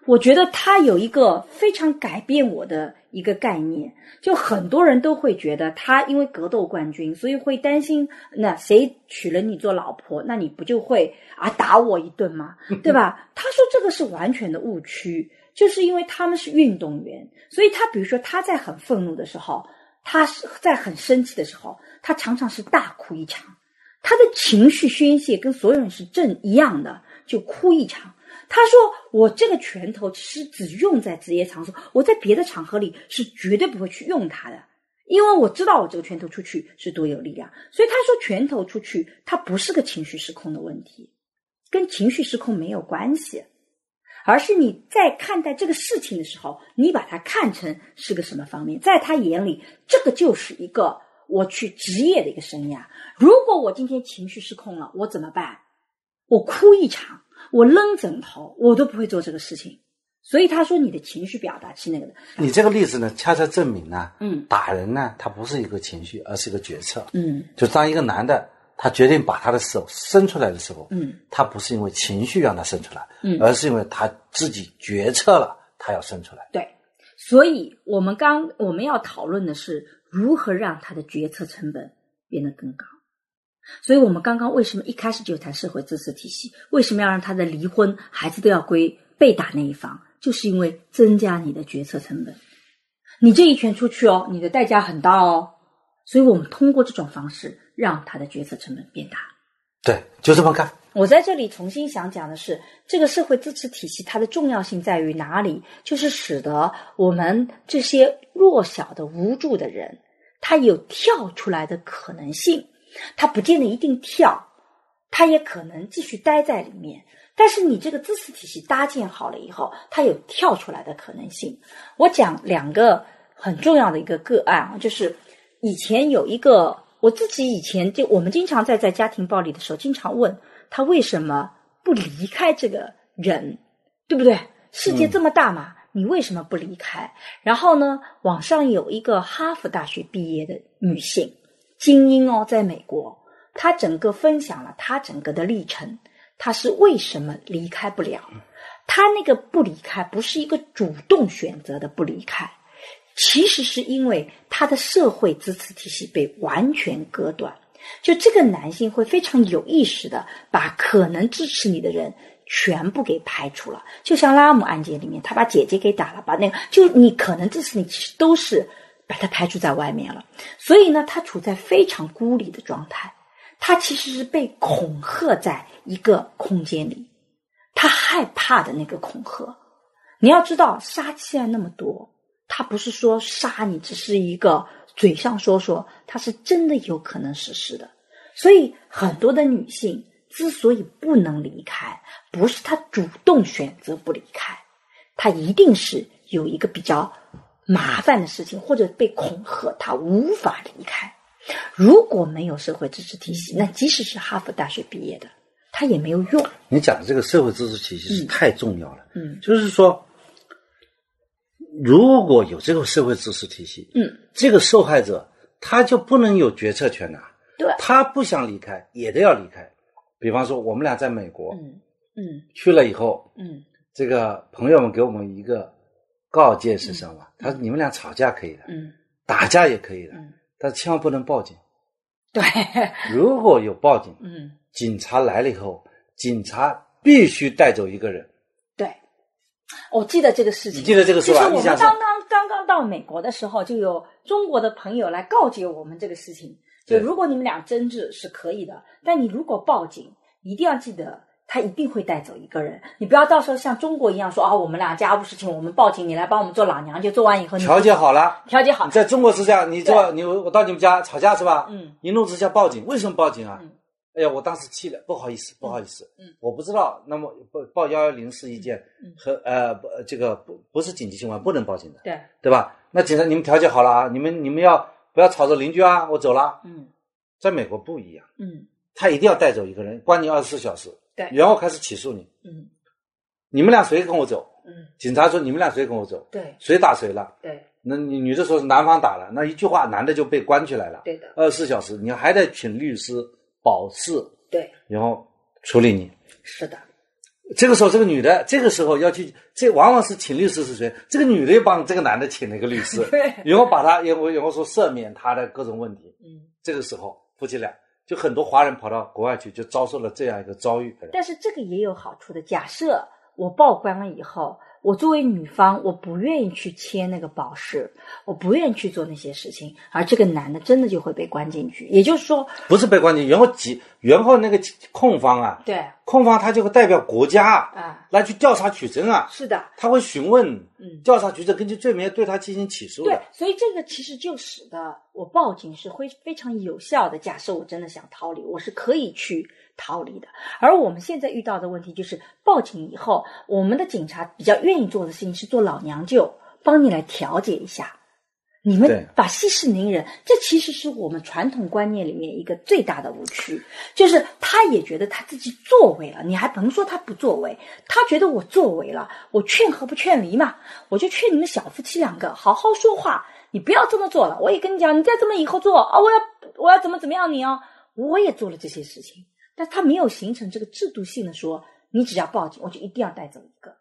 C: 我觉得她有一个非常改变我的一个概念。就很多人都会觉得她因为格斗冠军，所以会担心那谁娶了你做老婆，那你不就会啊打我一顿吗？对吧？她说这个是完全的误区。就是因为他们是运动员，所以他比如说他在很愤怒的时候，他是在很生气的时候，他常常是大哭一场，他的情绪宣泄跟所有人是正一样的，就哭一场。他说：“我这个拳头其实只用在职业场所，我在别的场合里是绝对不会去用它的，因为我知道我这个拳头出去是多有力量。”所以他说，拳头出去它不是个情绪失控的问题，跟情绪失控没有关系。而是你在看待这个事情的时候，你把它看成是个什么方面，在他眼里，这个就是一个我去职业的一个生涯。如果我今天情绪失控了，我怎么办？我哭一场，我扔枕头，我都不会做这个事情。所以他说，你的情绪表达是那个的。
D: 你这个例子呢，恰恰证明啊呢，
C: 嗯
D: 打人呢，他不是一个情绪，而是一个决策。
C: 嗯
D: 就当一个男的他决定把他的手伸出来的时候，
C: 嗯
D: 他不是因为情绪让他伸出来，
C: 嗯
D: 而是因为他自己决策了，他要伸出来。
C: 对，所以我们刚我们要讨论的是如何让他的决策成本变得更高。所以我们刚刚为什么一开始就谈社会支持体系？为什么要让他的离婚孩子都要归被打那一方？就是因为增加你的决策成本。你这一拳出去哦，你的代价很大哦。所以我们通过这种方式让他的决策成本变大。
D: 对，就这么干。
C: 我在这里重新想讲的是，这个社会支持体系它的重要性在于哪里？就是使得我们这些弱小的、无助的人，他有跳出来的可能性。他不见得一定跳，他也可能继续待在里面。但是你这个支持体系搭建好了以后，它有跳出来的可能性。我讲两个很重要的一个个案啊，就是以前有一个我自己以前就我们经常在在家庭暴力的时候，经常问他为什么不离开这个人，对不对？世界这么大嘛，你为什么不离开？然后呢，网上有一个哈佛大学毕业的女性精英哦，在美国，她整个分享了她整个的历程。他是为什么离开不了？他那个不离开不是一个主动选择的不离开，其实是因为他的社会支持体系被完全割断。就这个男性会非常有意识的把可能支持你的人全部给排除了，就像拉姆案件里面，他把姐姐给打了，把那个就你可能支持你，其实都是把他排除在外面了。所以呢，他处在非常孤立的状态。他其实是被恐吓在一个空间里，他害怕的那个恐吓。你要知道，杀妻案那么多，他不是说杀你，只是一个嘴上说说，他是真的有可能实施的。所以，很多的女性之所以不能离开，不是她主动选择不离开，她一定是有一个比较麻烦的事情，或者被恐吓，她无法离开。如果没有社会支持体系，那即使是哈佛大学毕业的，他也没有用。
D: 你讲的这个社会支持体系是太重要了，
C: 嗯，
D: 就是说，如果有这个社会支持体系，
C: 嗯，
D: 这个受害者他就不能有决策权呐、
C: 对
D: 他不想离开也得要离开。比方说，我们俩在美国、
C: 嗯嗯
D: 去了以后，
C: 嗯
D: 这个朋友们给我们一个告诫是什么？他说：“你们俩吵架可以的，
C: 嗯
D: 打架也可以的，
C: 嗯，
D: 但千万不能报警。
C: 对，
D: 如果有报警，
C: 嗯
D: 警察来了以后，警察必须带走一个人。
C: 对。我记得这个事情，
D: 你记得这个是
C: 就是
D: 吧
C: 我们
D: 印象
C: 刚
D: 是
C: 刚刚刚到美国的时候，就有中国的朋友来告诫我们这个事情。就
D: 对
C: 如果你们俩争执是可以的，但你如果报警，一定要记得他一定会带走一个人。你不要到时候像中国一样说啊，我们俩家务事情我们报警，你来帮我们做老娘舅，做完以后你
D: 调解好了，
C: 调解好
D: 你，在中国是这样，你这你我到你们家吵架是吧？
C: 嗯，
D: 一怒之下报警，为什么报警啊？
C: 嗯
D: 哎呀，我当时气了，不好意思，不好意思，
C: 嗯，
D: 我不知道。那么报报幺幺零是一件
C: 嗯
D: 和呃不这个不不是紧急情况，不能报警的，
C: 对，
D: 对吧？那警察你们调解好了啊，你们你们要不要吵着邻居啊？我走了。
C: 嗯
D: 在美国不一样，
C: 嗯
D: 他一定要带走一个人，关你二十四小时，
C: 对
D: 然后开始起诉你，
C: 嗯
D: 你们俩谁跟我走？
C: 嗯，
D: 警察说你们俩谁跟我走？
C: 对
D: 谁打谁了？
C: 对
D: 那女女的说是男方打了，那一句话男的就被关起来了。
C: 对的，
D: 二十四小时，你还得请律师保释，
C: 对
D: 然后处理你。
C: 是的，
D: 这个时候，这个女的，这个时候要去，这往往是请律师是谁？这个女的帮这个男的请了一个律师
C: 对，
D: 然后把他，然后然后说赦免他的各种问题。
C: 嗯。
D: 这个时候，夫妻俩就很多华人跑到国外去，就遭受了这样一个遭遇。
C: 但是这个也有好处的。假设我报关了以后，我作为女方，我不愿意去签那个保释，我不愿意去做那些事情，而这个男的真的就会被关进去。也就是说，
D: 不是被关进，然后几，然后那个控方啊，
C: 对
D: 控方他就会代表国家
C: 啊，
D: 来去调查取证啊，
C: 是的，
D: 他会询问
C: 嗯
D: 调查局的，根据罪名对他进行起诉
C: 对
D: 的。，
C: 所以这个其实就使得我报警是会非常有效的。假设我真的想逃离，我是可以去逃离的。而我们现在遇到的问题就是，报警以后，我们的警察比较愿意做的事情是做老娘舅，帮你来调解一下。你
D: 对
C: 们把息事宁人，这其实是我们传统观念里面一个最大的误区，就是他也觉得他自己作为了，你还甭说他不作为，他觉得我作为了，我劝和不劝离嘛，我就劝你们小夫妻两个好好说话，你不要这么做了。我也跟你讲，你再这么以后做啊，我要我要怎么怎么样你哦。我也做了这些事情，但他没有形成这个制度性的说，你只要报警，我就一定要带走一个。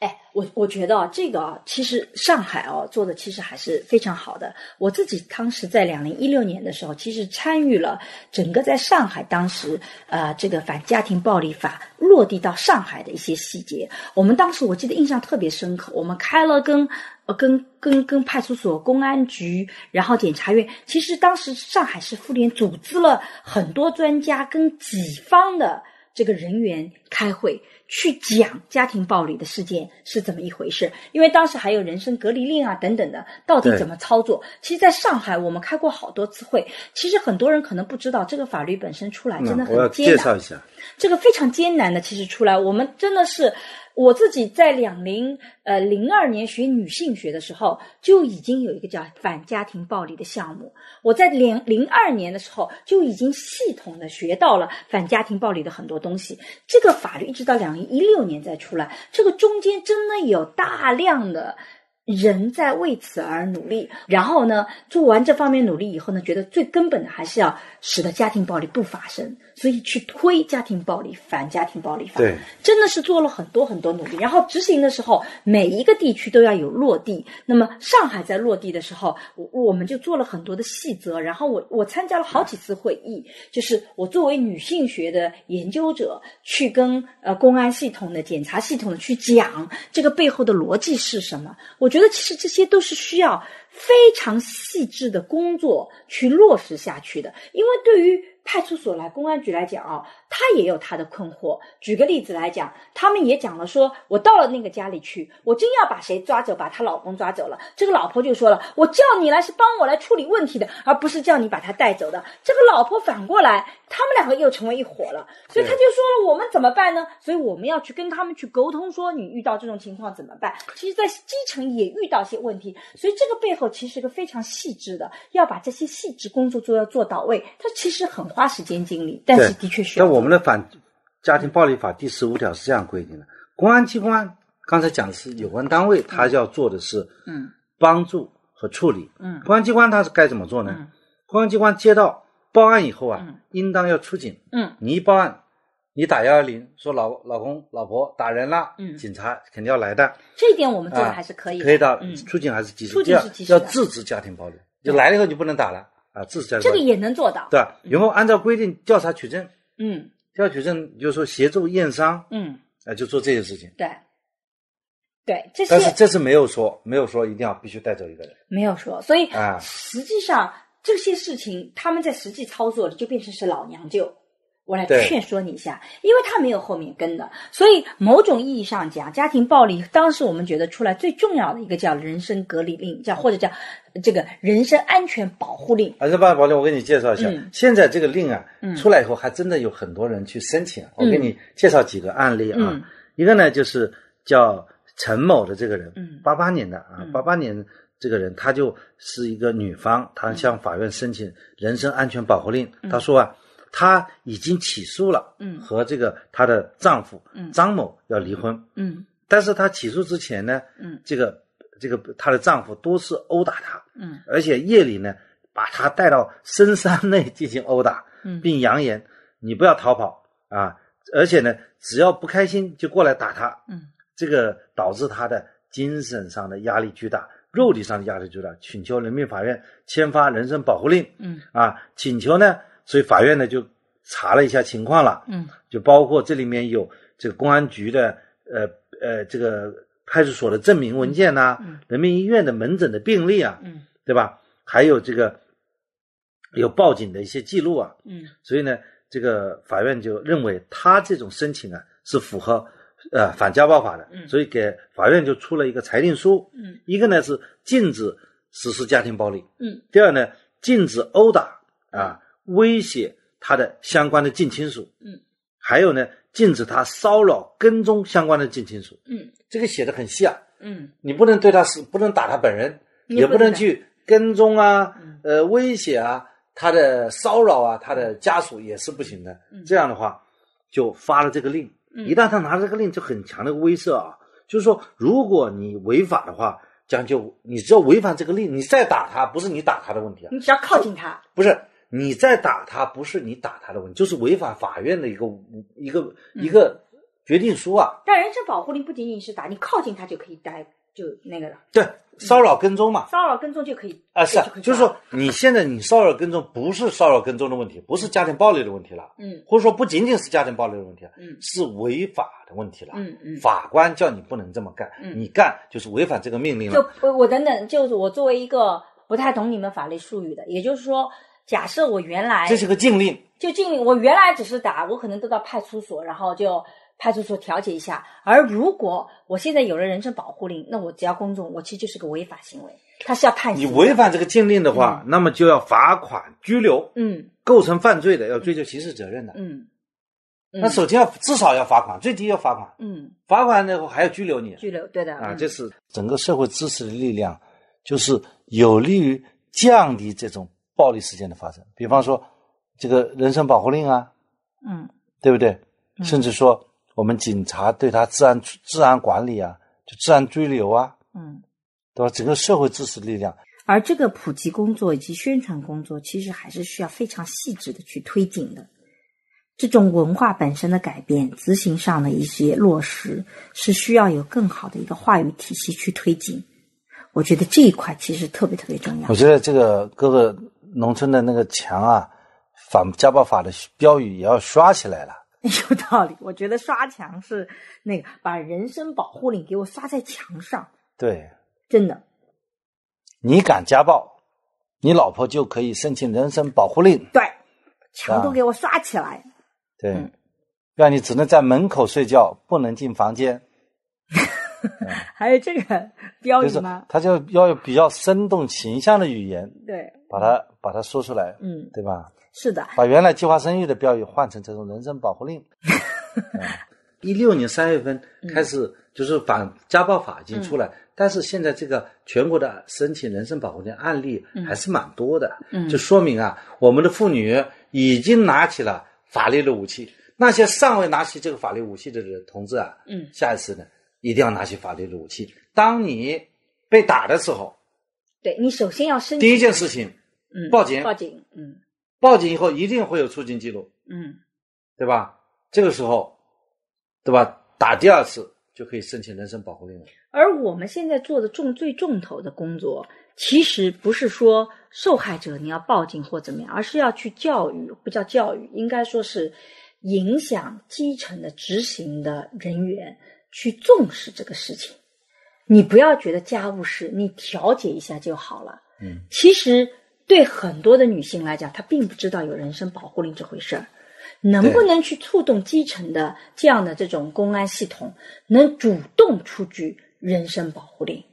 C: 哎，我我觉得啊，这个啊，其实上海哦、做的其实还是非常好的。我自己当时在两零一六年的时候，其实参与了整个在上海当时呃这个反家庭暴力法落地到上海的一些细节。我们当时我记得印象特别深刻，我们开了跟呃跟跟跟派出所、公安局，然后检察院，其实当时上海市妇联组织了很多专家跟几方的。这个人员开会去讲家庭暴力的事件是怎么一回事，因为当时还有人身隔离令啊等等的，到底
D: 对
C: 怎么操作？其实，在上海我们开过好多次会，其实很多人可能不知道这个法律本身出来真的
D: 嗯我要
C: 很艰
D: 介
C: 难，
D: 绍一下，
C: 这个非常艰难的，其实出来，我们真的是我自己在两零呃零二年学女性学的时候，就已经有一个叫反家庭暴力的项目。我在零零二年的时候就已经系统的学到了反家庭暴力的很多东西。这个法律一直到两零一六年才出来，这个中间真的有大量的。人在为此而努力，然后呢，做完这方面努力以后呢，觉得最根本的还是要使得家庭暴力不发生，所以去推家庭暴力、反家庭暴力法，
D: 对，
C: 真的是做了很多很多努力。然后执行的时候，每一个地区都要有落地。那么上海在落地的时候，我我们就做了很多的细则。然后我我参加了好几次会议，就是我作为女性学的研究者，去跟呃公安系统的、检察系统的去讲这个背后的逻辑是什么。我觉得其实这些都是需要非常细致的工作去落实下去的，因为对于派出所来、公安局来讲啊，他也有他的困惑。举个例子来讲，他们也讲了说，我到了那个家里去，我真要把谁抓走，把她老公抓走了，这个老婆就说了，我叫你来是帮我来处理问题的，而不是叫你把他带走的。这个老婆反过来，他们两个又成为一伙了，所以他就说了，我们怎么办呢？所以我们要去跟他们去沟通，说你遇到这种情况怎么办？其实，在基层也遇到些问题，所以这个背后其实是个非常细致的，要把这些细致工作做要做到位，它其实很花时间精力，但是的确需要
D: 但。我们的反家庭暴力法第十五条是这样规定的：公安机关刚才讲的是有关单位，他要做的是
C: 嗯
D: 帮助和处理。
C: 嗯
D: 公安机关他是该怎么做呢？
C: 嗯
D: 公安机关接到报案以后啊，
C: 嗯
D: 应当要出警。
C: 嗯
D: 你一报案，你打幺幺零说老老公老婆打人了，
C: 嗯
D: 警察肯定要来的，
C: 这一点我们做的
D: 啊
C: 还是可以的，
D: 可以的。
C: 嗯，
D: 出警还是及时，
C: 出
D: 第
C: 警
D: 二
C: 是及时
D: 要
C: 的
D: 制止家庭暴力，就来了以后你不能打了啊，制止家庭
C: 这
D: 暴
C: 个
D: 力。
C: 也嗯能做到。
D: 对吧，然后按照规定调查取证，
C: 嗯
D: 调查取证就是说协助验伤，
C: 嗯，
D: 啊，就做这些事情。
C: 对对，这
D: 但是
C: 些
D: 这次没有说，没有说一定要必须带走一个人
C: 没有说，所以
D: 啊。
C: 实际上这些事情他们在实际操作里就变成是老娘舅。我来
D: 对
C: 劝说你一下，因为他没有后面跟的，所以某种意义上讲，家庭暴力当时我们觉得出来最重要的一个叫人身隔离令，叫或者叫呃这个人身安全保护令。
D: 而且吧，啊保利，我给你介绍一下，
C: 嗯
D: 现在这个令啊、
C: 嗯
D: 出来以后，还真的有很多人去申请。我
C: 嗯
D: 给你介绍几个案例啊，
C: 嗯
D: 一个呢就是叫陈某的这个人
C: 嗯，
D: 八八、年的啊
C: 嗯，
D: 八八、年这个人，他就是一个女方，她向法院申请人身安全保护令，她说啊，她已经起诉了，
C: 嗯
D: 和这个她的丈夫、
C: 嗯
D: 张某要离婚，
C: 嗯
D: 但是她起诉之前呢，
C: 嗯
D: 这个这个她的丈夫多次殴打她，
C: 嗯
D: 而且夜里呢把她带到深山内进行殴打，
C: 嗯
D: 并扬言你不要逃跑啊，而且呢只要不开心就过来打她，
C: 嗯
D: 这个导致她的精神上的压力巨大，肉体上的压力巨大，请求人民法院签发人身保护令
C: 嗯
D: 啊，请求呢，所以法院呢就查了一下情况了，
C: 嗯
D: 就包括这里面有这个公安局的呃呃这个派出所的证明文件呐、
C: 嗯
D: 人民医院的门诊的病历啊，
C: 嗯
D: 对吧？还有这个有报警的一些记录啊，
C: 嗯
D: 所以呢，这个法院就认为他这种申请呢是符合呃反家暴法的，
C: 嗯
D: 所以给法院就出了一个裁定书，
C: 嗯
D: 一个呢是禁止实施家庭暴力，
C: 嗯，
D: 第二呢禁止殴打啊、威胁他的相关的近亲属，
C: 嗯，
D: 还有呢禁止他骚扰跟踪相关的近亲属，
C: 嗯
D: 这个写的很细啊，
C: 嗯，
D: 你不能对他是不能打他本人，
C: 你
D: 也
C: 不能
D: 能
C: 打
D: 去跟踪啊
C: 嗯，
D: 呃，威胁啊，他的骚扰啊，他的家属也是不行的。这样的话，就发了这个令。
C: 嗯
D: 一旦他拿这个令，就很强的威慑啊，就是说，如果你违法的话，将就你只要违反这个令，你再打他，不是你打他的问题啊，
C: 你只要靠近他，
D: 不是你再打他，不是你打他的问题，就是违反法院的一个一个一个决定书啊，
C: 但人身保护令不仅仅是打，你靠近他就可以打，就那个了，
D: 对，骚扰跟踪嘛。
C: 骚扰跟踪就可以
D: 啊，是啊
C: 可以，
D: 就是
C: 抓
D: 说你现在你骚扰跟踪不是骚扰跟踪的问题，不是家庭暴力的问题了，
C: 嗯
D: 或者说不仅仅是家庭暴力的问题了，
C: 嗯
D: 是违法的问题了。
C: 嗯嗯。
D: 法官叫你不能这么干，
C: 嗯
D: 你干就是违反这个命令
C: 就
D: 了。
C: 我我等等，就是我作为一个不太懂你们法律术语的，也就是说，假设我原来
D: 这是个禁令，
C: 就进我原来只是打，我可能都到派出所，然后就派出所调解一下。而如果我现在有了人身保护令，那我只要公众，我其实就是个违法行为，他是要判
D: 你
C: 刑的。
D: 违反这个禁令的话，那么就要罚款、拘留，
C: 嗯
D: 构成犯罪的要追究刑事责任的。
C: 嗯，嗯
D: 那首先要至少要罚款，最低要罚款，
C: 嗯
D: 罚款了以后还要拘留你
C: 拘留，对的
D: 啊！
C: 嗯
D: 这是整个社会支持的力量，就是有利于降低这种暴力事件的发生。比方说，这个人身保护令啊，
C: 嗯
D: 对不对？
C: 嗯
D: 甚至说我们警察对他治安治安管理啊，就治安追留啊，
C: 嗯。
D: 对吧？整个社会支持力量，
C: 而这个普及工作以及宣传工作，其实还是需要非常细致的去推进的。这种文化本身的改变，执行上的一些落实，是需要有更好的一个话语体系去推进。我觉得这一块其实特别特别重要
D: 我。觉得这个各个农村的那个墙啊，反家暴法的标语也要刷起来了。
C: 有道理，我觉得刷墙是那个把人身保护令给我刷在墙上，
D: 对
C: 真的。
D: 你敢家暴，你老婆就可以申请人身保护令。
C: 对，墙都
D: 啊
C: 给我刷起来。
D: 对，
C: 嗯
D: 让你只能在门口睡觉，不能进房间。
C: 还有这个标
D: 就
C: 语
D: 是
C: 吗？
D: 他就要有比较生动形象的语言，
C: 对，
D: 把它把它说出来，
C: 嗯，
D: 对吧？
C: 是的，
D: 把原来计划生育的标语换成这种人身保护令。 一六年三月份
C: 嗯
D: 开始，就是反家暴法已经出来，但是现在这个全国的申请人身保护令案例还是蛮多的，
C: 嗯
D: 就说明啊，我们的妇女已经拿起了法律的武器。那些尚未拿起这个法律武器的人同志啊，
C: 嗯
D: 下一次呢，一定要拿起法律的武器。当你被打的时候，
C: 对你首先要申请
D: 第一件事情
C: 嗯，
D: 报警
C: 报警，嗯
D: 报警以后一定会有出警记录，
C: 嗯
D: 对吧？这个时候，对吧？打第二次就可以申请人身保护令了。。
C: 而我们现在做的重最重头的工作，其实不是说受害者你要报警或怎么样，而是要去教育，不叫教育，应该说是影响基层的执行的人员去重视这个事情。你不要觉得家务事，你调解一下就好了。
D: 嗯，
C: 其实对很多的女性来讲，她并不知道有人身保护令这回事儿。能不能去触动基层的这样的这种公安系统，能主动出具人身保护令？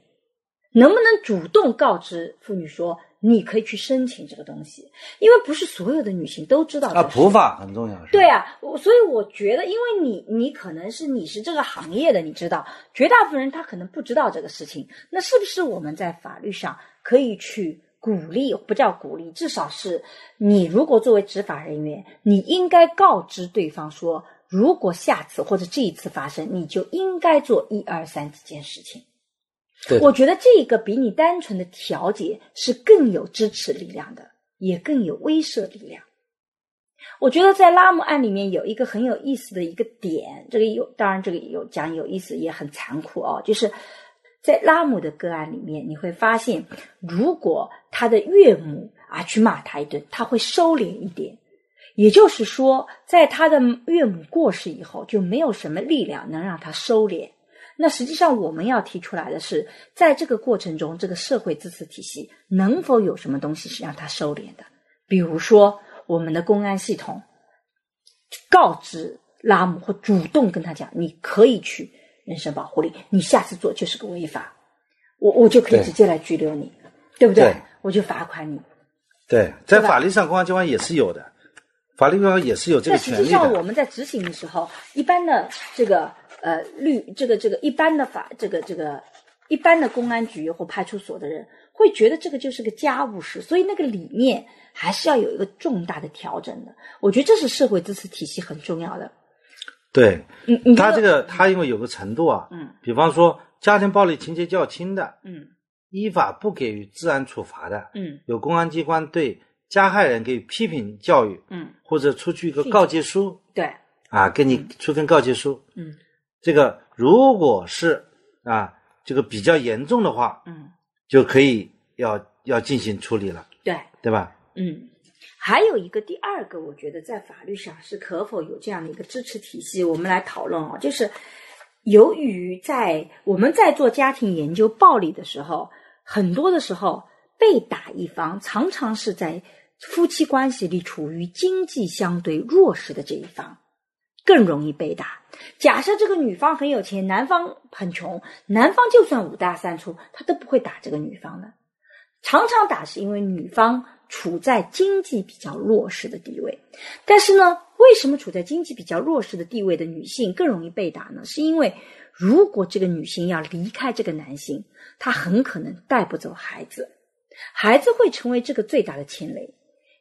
C: 能不能主动告知妇女说，你可以去申请这个东西？因为不是所有的女性都知道
D: 啊，
C: 这个事
D: 普法很重要。是吧
C: 对，啊，我所以我觉得，因为你你可能是你是这个行业的，你知道，绝大部分人他可能不知道这个事情。那是不是我们在法律上可以去鼓励，不叫鼓励，至少是你如果作为执法人员，你应该告知对方说，如果下次或者这一次发生，你就应该做一二三这件事情。
D: 对
C: 我觉得这个比你单纯的调解是更有支持力量的，也更有威慑力量。我觉得在拉姆案里面有一个很有意思的一个点，这个有当然这个有讲有意思也很残酷哦，就是在拉姆的个案里面，你会发现，如果他的岳母啊去骂他一顿，他会收敛一点。也就是说，在他的岳母过世以后，就没有什么力量能让他收敛。那实际上我们要提出来的是，在这个过程中，这个社会支持体系能否有什么东西是让它收敛的？比如说，我们的公安系统告知拉姆或主动跟他讲，你可以去人身保护令，你下次做就是个违法，我我就可以
D: 对
C: 直接来拘留你，对不对？
D: 对
C: 我就罚款你。
D: 对，在法律上，公安机关也是有的，法律机关也是有这
C: 那
D: 个
C: 实
D: 权
C: 际
D: 利
C: 上我
D: 的。
C: 们在执行的时候，一般的这个呃律这个这个一般的法这个这个一般的公安局或派出所的人会觉得这个就是个家务事，所以那个理念还是要有一个重大的调整的。我觉得这是社会支持体系很重要的。
D: 对，
C: 你你
D: 他
C: 这
D: 这
C: 个
D: 个他因为有个程度啊，
C: 嗯
D: 比方说家庭暴力情节较轻的，
C: 嗯
D: 依法不给予治安处罚的，
C: 嗯
D: 有公安机关对加害人给予批评教育，
C: 嗯，
D: 或者出具一个告诫书
C: 对，
D: 啊，给你出份告诫书。
C: 嗯
D: 这个如果是啊，这个比较严重的话，
C: 嗯
D: 就可以要要进行处理了，
C: 对。
D: 对吧？
C: 嗯，还有一个第二个，我觉得在法律上是可否有这样的一个支持体系，我们来讨论哦。就是由于在我们在做家庭研究暴力的时候，很多的时候被打一方常常是在夫妻关系里处于经济相对弱势的这一方，更容易被打。假设这个女方很有钱，男方很穷，男方就算五大三粗，他都不会打这个女方的。常常打是因为女方处在经济比较弱势的地位，但是呢，为什么处在经济比较弱势的地位的女性更容易被打呢？是因为如果这个女性要离开这个男性，她很可能带不走孩子，孩子会成为这个最大的牵累。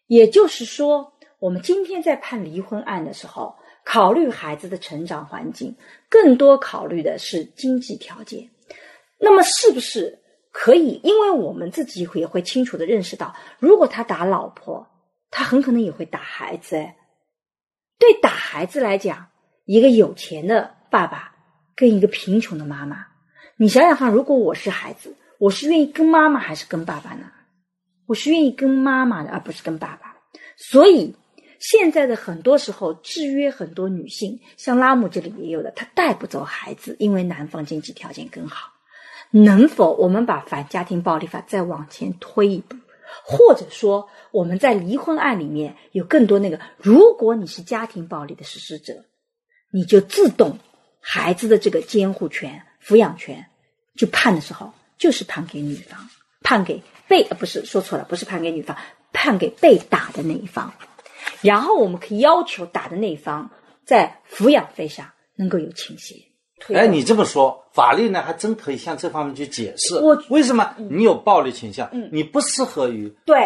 C: 也就是说，我们今天在判离婚案的时候，考虑孩子的成长环境，更多考虑的是经济条件。那么，是不是可以？因为我们自己也会清楚的认识到，如果他打老婆，他很可能也会打孩子。哎，对打孩子来讲，一个有钱的爸爸跟一个贫穷的妈妈，你想想看，如果我是孩子，我是愿意跟妈妈还是跟爸爸呢？我是愿意跟妈妈的，而不是跟爸爸。所以现在的很多时候制约很多女性，像拉姆这里也有的，她带不走孩子，因为男方经济条件更好。能否我们把反家庭暴力法再往前推一步，或者说我们在离婚案里面有更多那个，如果你是家庭暴力的实施者，你就自动孩子的这个监护权、抚养权，就判的时候就是判给女方，判给。被呃不是说错了，不是判给女方，判给被打的那一方。然后我们可以要求打的那一方在抚养费上能够有倾斜。推
D: 哎，你这么说，法律呢还真可以向这方面去解释。
C: 我
D: 为什么你有暴力倾向？
C: 嗯
D: 你不适合于
C: 对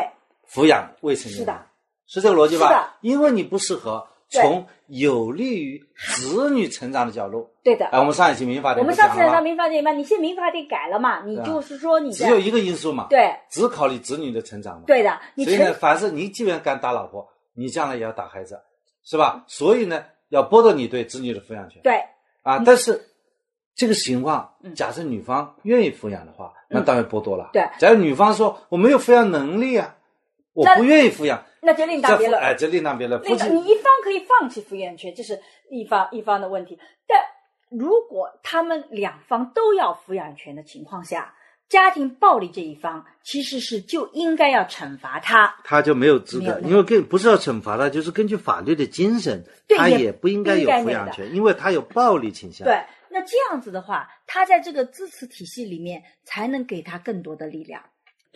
D: 抚养未成年
C: 是
D: 人，
C: 的，
D: 是这个逻辑
C: 是的
D: 吧？因为你不适合，
C: 对
D: 从有利于子女成长的角度。
C: 对的。
D: 哎，我们上一期民法典
C: 我们
D: 不讲
C: 上
D: 了
C: 次到
D: 吗
C: 民法典嘛，你现在民法典改了嘛？你
D: 对啊
C: 就是说你
D: 只
C: 在
D: 有一个因素嘛，，
C: 对
D: 只考虑子女的成长嘛。
C: 对的，你
D: 所以
C: 成
D: 呢，凡是你既然敢打老婆，你将来也要打孩子，是吧？所以呢，要剥夺你对子女的抚养权
C: 嗯对
D: 啊。但是这个情况
C: 嗯，
D: 假设女方愿意抚养的话，那当然剥夺了。
C: 对
D: 假如女方说我没有抚养能力啊，我
C: 那
D: 不愿意抚养，
C: 那就另
D: 这
C: 当别
D: 抚
C: 论。
D: 哎，这另当别论。
C: 那
D: 夫
C: 个
D: 妻
C: 你一方可以放弃抚养权，这是一方一方的问题。但如果他们两方都要抚养权的情况下，家庭暴力这一方其实是就应该要惩罚他，
D: 他就没有资
C: 没有
D: 格，
C: 那个
D: 因为根不是要惩罚他，就是根据法律的精神，
C: 对
D: 他
C: 也
D: 也不应该有
C: 不应该
D: 抚
C: 那
D: 养
C: 个
D: 权，因为他有暴力倾向。
C: 对，那这样子的话，他在这个支持体系里面才能给他更多的力量。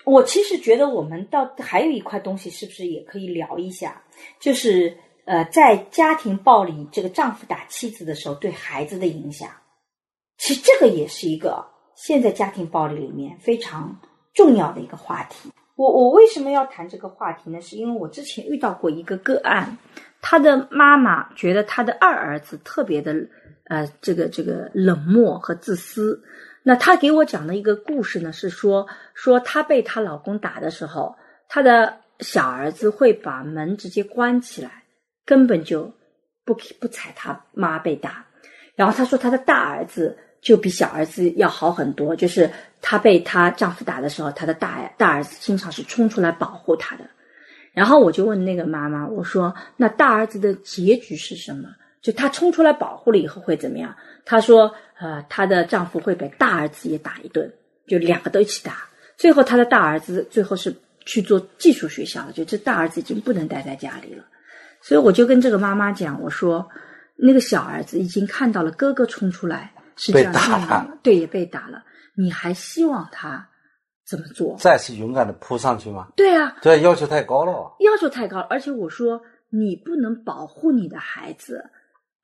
C: 我其实觉得我们到还有一块东西，是不是也可以聊一下？就是呃，在家庭暴力这个丈夫打妻子的时候对孩子的影响，其实这个也是一个现在家庭暴力里面非常重要的一个话题。我我为什么要谈这个话题呢？是因为我之前遇到过一个个案，他的妈妈觉得他的二儿子特别的呃，这个这个冷漠和自私。那她给我讲的一个故事呢，是说说她被她老公打的时候，她的小儿子会把门直接关起来，根本就不不睬她妈被打。然后她说她的大儿子就比小儿子要好很多，就是她被她丈夫打的时候，她的大大儿子经常是冲出来保护她的。然后我就问那个妈妈，我说：“那大儿子的结局是什么？就他冲出来保护了以后会怎么样？”她说：“呃，她的丈夫会被大儿子也打一顿，就两个都一起打。最后她的大儿子最后是去做寄宿学校了，就这大儿子已经不能待在家里了。所以我就跟这个妈妈讲，我说那个小儿子已经看到了哥哥冲出来是这样
D: 被打
C: 训练的，对，也被打了，你还希望他怎么做？
D: 再次勇敢的扑上去吗？
C: 对啊，
D: 这要求太高了。
C: 要求太高了，而且我说你不能保护你的孩子，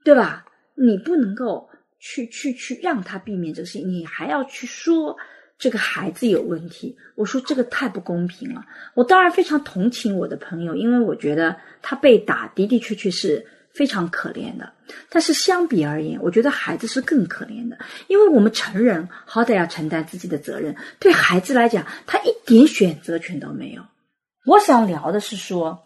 C: 对吧？你不能够去去去让他避免这个事情，你还要去说这个孩子有问题。我说这个太不公平了。我当然非常同情我的朋友，因为我觉得他被打的的确确是非常可怜的。但是相比而言，我觉得孩子是更可怜的，因为我们成人好歹要承担自己的责任，对孩子来讲，他一点选择权都没有。我想聊的是说，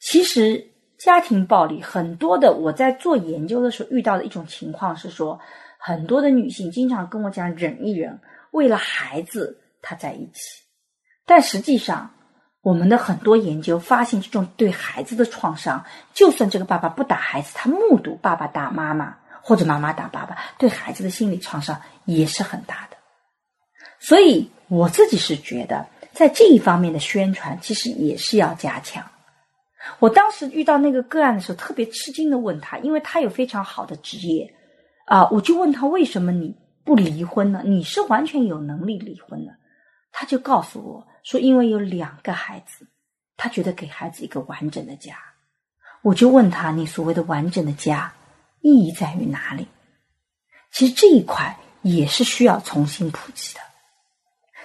C: 其实家庭暴力很多的，我在做研究的时候遇到的一种情况是说，很多的女性经常跟我讲忍一忍，为了孩子她在一起，但实际上。我们的很多研究发现，这种对孩子的创伤，就算这个爸爸不打孩子，他目睹爸爸打妈妈或者妈妈打爸爸，对孩子的心理创伤也是很大的。所以我自己是觉得，在这一方面的宣传其实也是要加强。我当时遇到那个个案的时候，特别吃惊的问他，因为他有非常好的职业，啊、我就问他为什么你不离婚呢？你是完全有能力离婚的。他就告诉我说，因为有两个孩子，他觉得给孩子一个完整的家。我就问他，你所谓的完整的家意义在于哪里？其实这一块也是需要重新普及的。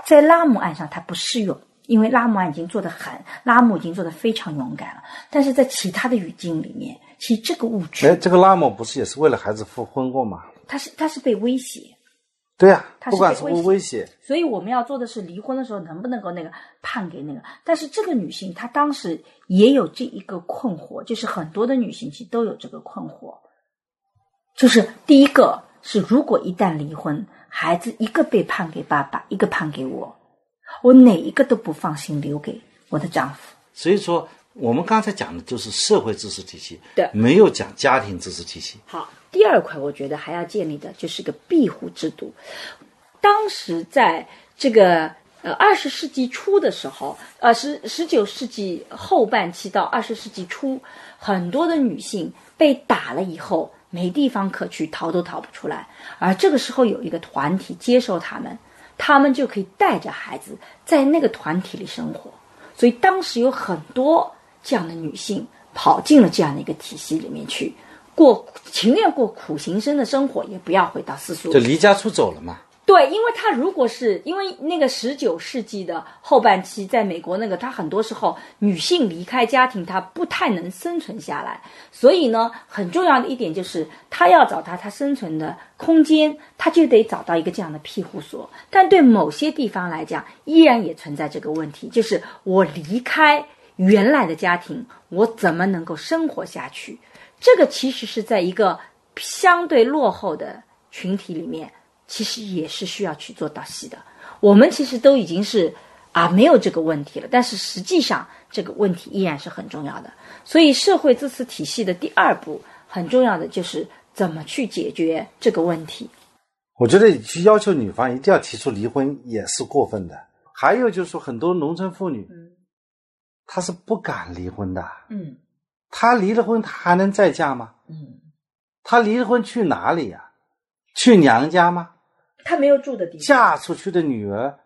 C: 在拉姆案上它不适用，因为拉姆案已经做得很，拉姆已经做得非常勇敢了。但是在其他的语境里面，其实这个误
D: 哎，
C: 区，
D: 这个拉姆不是也是为了孩子复婚过吗？
C: 它是它是被威胁，
D: 对呀、
C: 他是
D: 不管
C: 被
D: 是
C: 威
D: 不
C: 胁
D: 威胁，
C: 所以我们要做的是离婚的时候能不能够那个判给那个。但是这个女性她当时也有这一个困惑，就是很多的女性其实都有这个困惑，就是第一个是如果一旦离婚，孩子一个被判给爸爸，一个判给我，我哪一个都不放心留给我的丈夫。
D: 所以说我们刚才讲的就是社会知识体系，
A: 对
D: 没有讲家庭知识体系。
A: 好，第二块我觉得还要建立的就是个庇护制度。当时在这个呃二十世纪初的时候，呃十十九世纪后半期到二十世纪初，很多的女性被打了以后没地方可去，逃都逃不出来。而这个时候有一个团体接受她们，她们就可以带着孩子在那个团体里生活。所以当时有很多这样的女性跑进了这样的一个体系里面去，过情愿过苦行僧的生活，也不要回到私塾
D: 就。离家出走了嘛，
A: 对，因为她如果是因为那个十九世纪的后半期，在美国那个，她很多时候女性离开家庭，她不太能生存下来。所以呢，很重要的一点就是，她要找到她生存的空间，她就得找到一个这样的庇护所。但对某些地方来讲，依然也存在这个问题，就是我离开原来的家庭，我怎么能够生活下去？这个其实是在一个相对落后的群体里面，其实也是需要去做到戏的。我们其实都已经是啊没有这个问题了，但是实际上这个问题依然是很重要的。所以社会支持体系的第二步很重要的就是怎么去解决这个问题。
D: 我觉得去要求女方一定要提出离婚也是过分的。还有就是说，很多农村妇女，她是不敢离婚的。
C: 嗯
D: 她离了婚，她还能再嫁吗？
C: 嗯，
D: 她离了婚去哪里呀、去娘家吗？
C: 她没有住的地方。
D: 嫁出去的女儿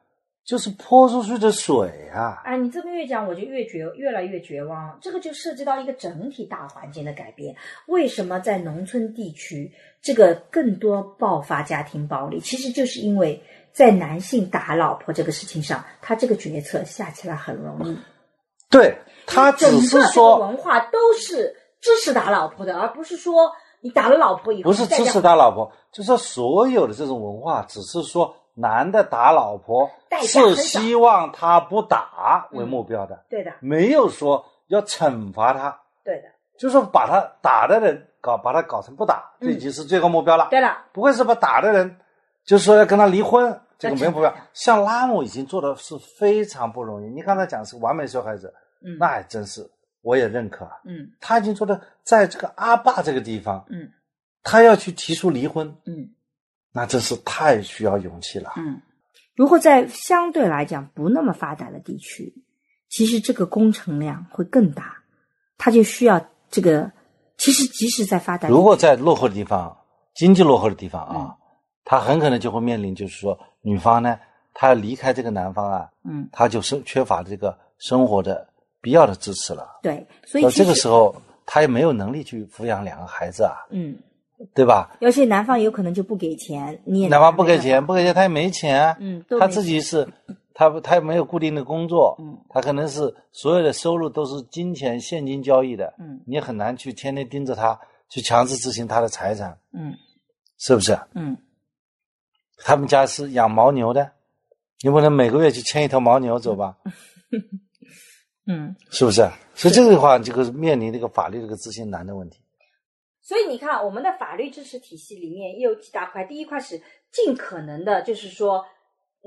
D: 就是泼出去的水啊！
C: 哎，你这么越讲，我就越绝，越来越绝望了。这个就涉及到一个整体大环境的改变。为什么在农村地区，这个更多爆发家庭暴力？其实就是因为在男性打老婆这个事情上，他这个决策下起来很容易。
D: 对，她哦只
C: 整
D: 是
C: 个这个
D: 说
C: 文化都是支持打老婆的，而不是说你打了老婆以后
D: 不是
C: 再
D: 支
C: 这
D: 持
C: 样
D: 他老婆，就说所有的这种文化，只是说男的打老婆
C: 代价
D: 是
C: 很嗯少
D: 希望他不打为目标的。
C: 对的，
D: 没有说要惩罚他，
C: 对的，
D: 就是说把他打的人搞把他搞成不打，
C: 嗯
D: 这已经是最高目标了。
C: 对了，
D: 不会是把打的人，就是说要跟他离婚，这个
C: 要
D: 没有
C: 惩
D: 目
C: 罚
D: 标。像拉姆已经做的是非常不容易。你刚才讲是完美受害者，
C: 嗯
D: 那还真是我也认可啊。
C: 嗯
D: 他已经做的在这个阿坝这个地方，
C: 嗯，
D: 他要去提出离婚，
C: 嗯。
D: 那真是太需要勇气了。
C: 嗯，如果在相对来讲不那么发达的地区，其实这个工程量会更大，它就需要这个。其实即使在发达地区，
D: 如果在落后的地方，经济落后的地方
C: 嗯
D: 啊，他很可能就会面临，就是说女方呢，她离开这个男方啊，
C: 嗯，
D: 她就生缺乏这个生活的必要的支持了。
C: 对，所以
D: 那
C: 其实
D: 这个时，候，她也没有能力去抚养两个孩子啊，
C: 嗯，
D: 对吧？
C: 而且男方有可能就不给钱，你也
D: 哪怕不给
C: 没办
D: 钱，不给钱，她也没钱，啊
C: 嗯都
D: 她
C: 没
D: 自己是，她不她也没有固定的工作，
C: 嗯，
D: 她可能是所有的收入都是金钱现金交易的，
C: 嗯
D: 你也很难去天天盯着她去强制执行她的财产，
C: 法，嗯
D: 是不是？
C: 嗯
D: 他们家是养牦牛的，你不能每个月去牵一头牦牛走吧？
C: 嗯。
D: 是不是？所以这个的话，这个面临这个法律这个执行难的问题。
C: 所以你看，啊我们的法律支持体系里面也有几大块，第一块是尽可能的，就是说，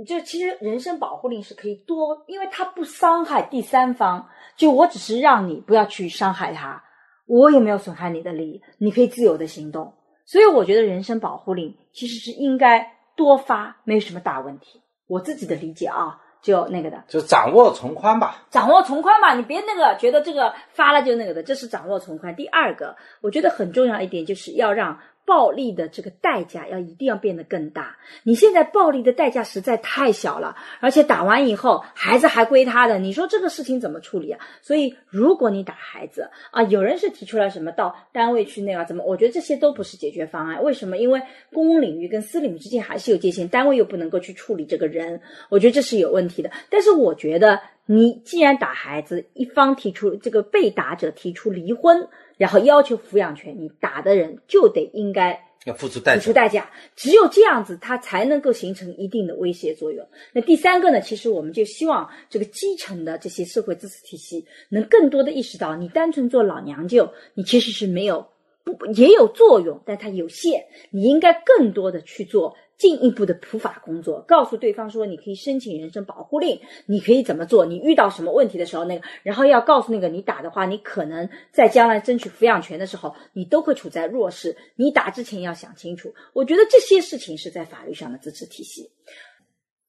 C: 就其实人身保护令是可以多，因为它不伤害第三方，就我只是让你不要去伤害他，我也没有损害你的利益，你可以自由的行动。所以我觉得人身保护令其实是应该多发，没有什么大问题。我自己的理解啊，就那个的，
D: 就掌握从宽吧。
C: 掌握从宽嘛，你别那个觉得这个发了就那个的，这是掌握从宽。第二个，我觉得很重要一点就是要让暴力的这个代价要一定要变得更大。你现在暴力的代价实在太小了，而且打完以后孩子还归他的，你说这个事情怎么处理啊？所以如果你打孩子啊，有人是提出来什么到单位去那个怎么，我觉得这些都不是解决方案。为什么？因为公共领域跟私领域之间还是有界限，单位又不能够去处理这个人，我觉得这是有问题的。但是我觉得。你既然打孩子，一方提出这个被打者提出离婚，然后要求抚养权，你打的人就得应该
D: 要付出代
C: 付出
D: 价。
C: 代价，只有这样子，它才能够形成一定的威胁作用。那第三个呢，其实我们就希望这个基层的这些社会支持体系能更多的意识到，你单纯做老娘舅，你其实是没有不也有作用，但它有限。你应该更多的去做进一步的普法工作，告诉对方说你可以申请人身保护令，你可以怎么做，你遇到什么问题的时候，那个，然后要告诉那个你打的话，你可能在将来争取抚养权的时候，你都会处在弱势。你打之前要想清楚，我觉得这些事情是在法律上的支持体系。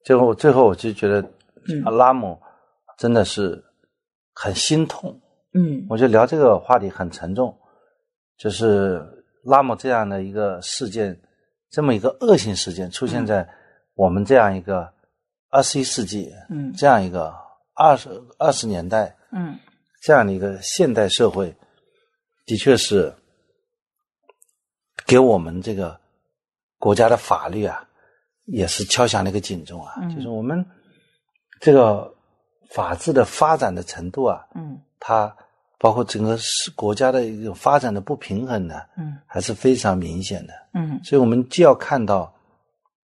D: 最后，最后我就觉得
C: 嗯
D: 阿拉姆真的是很心痛。
C: 嗯
D: 我觉得聊这个话题很沉重，就是拉姆这样的一个事件，这么一个恶性事件出
C: 嗯
D: 现在我们这样一个二十一世纪，
C: 嗯
D: 这样一个二十二十年代
C: 嗯
D: 这样的一个现代社会，的确是给我们这个国家的法律啊，也是敲响了一个警钟啊，
C: 嗯
D: 就是我们这个法治的发展的程度啊，
C: 嗯
D: 它包括整个是国家的一个发展的不平衡呢，
C: 嗯
D: 还是非常明显的。
C: 嗯
D: 所以我们既要看到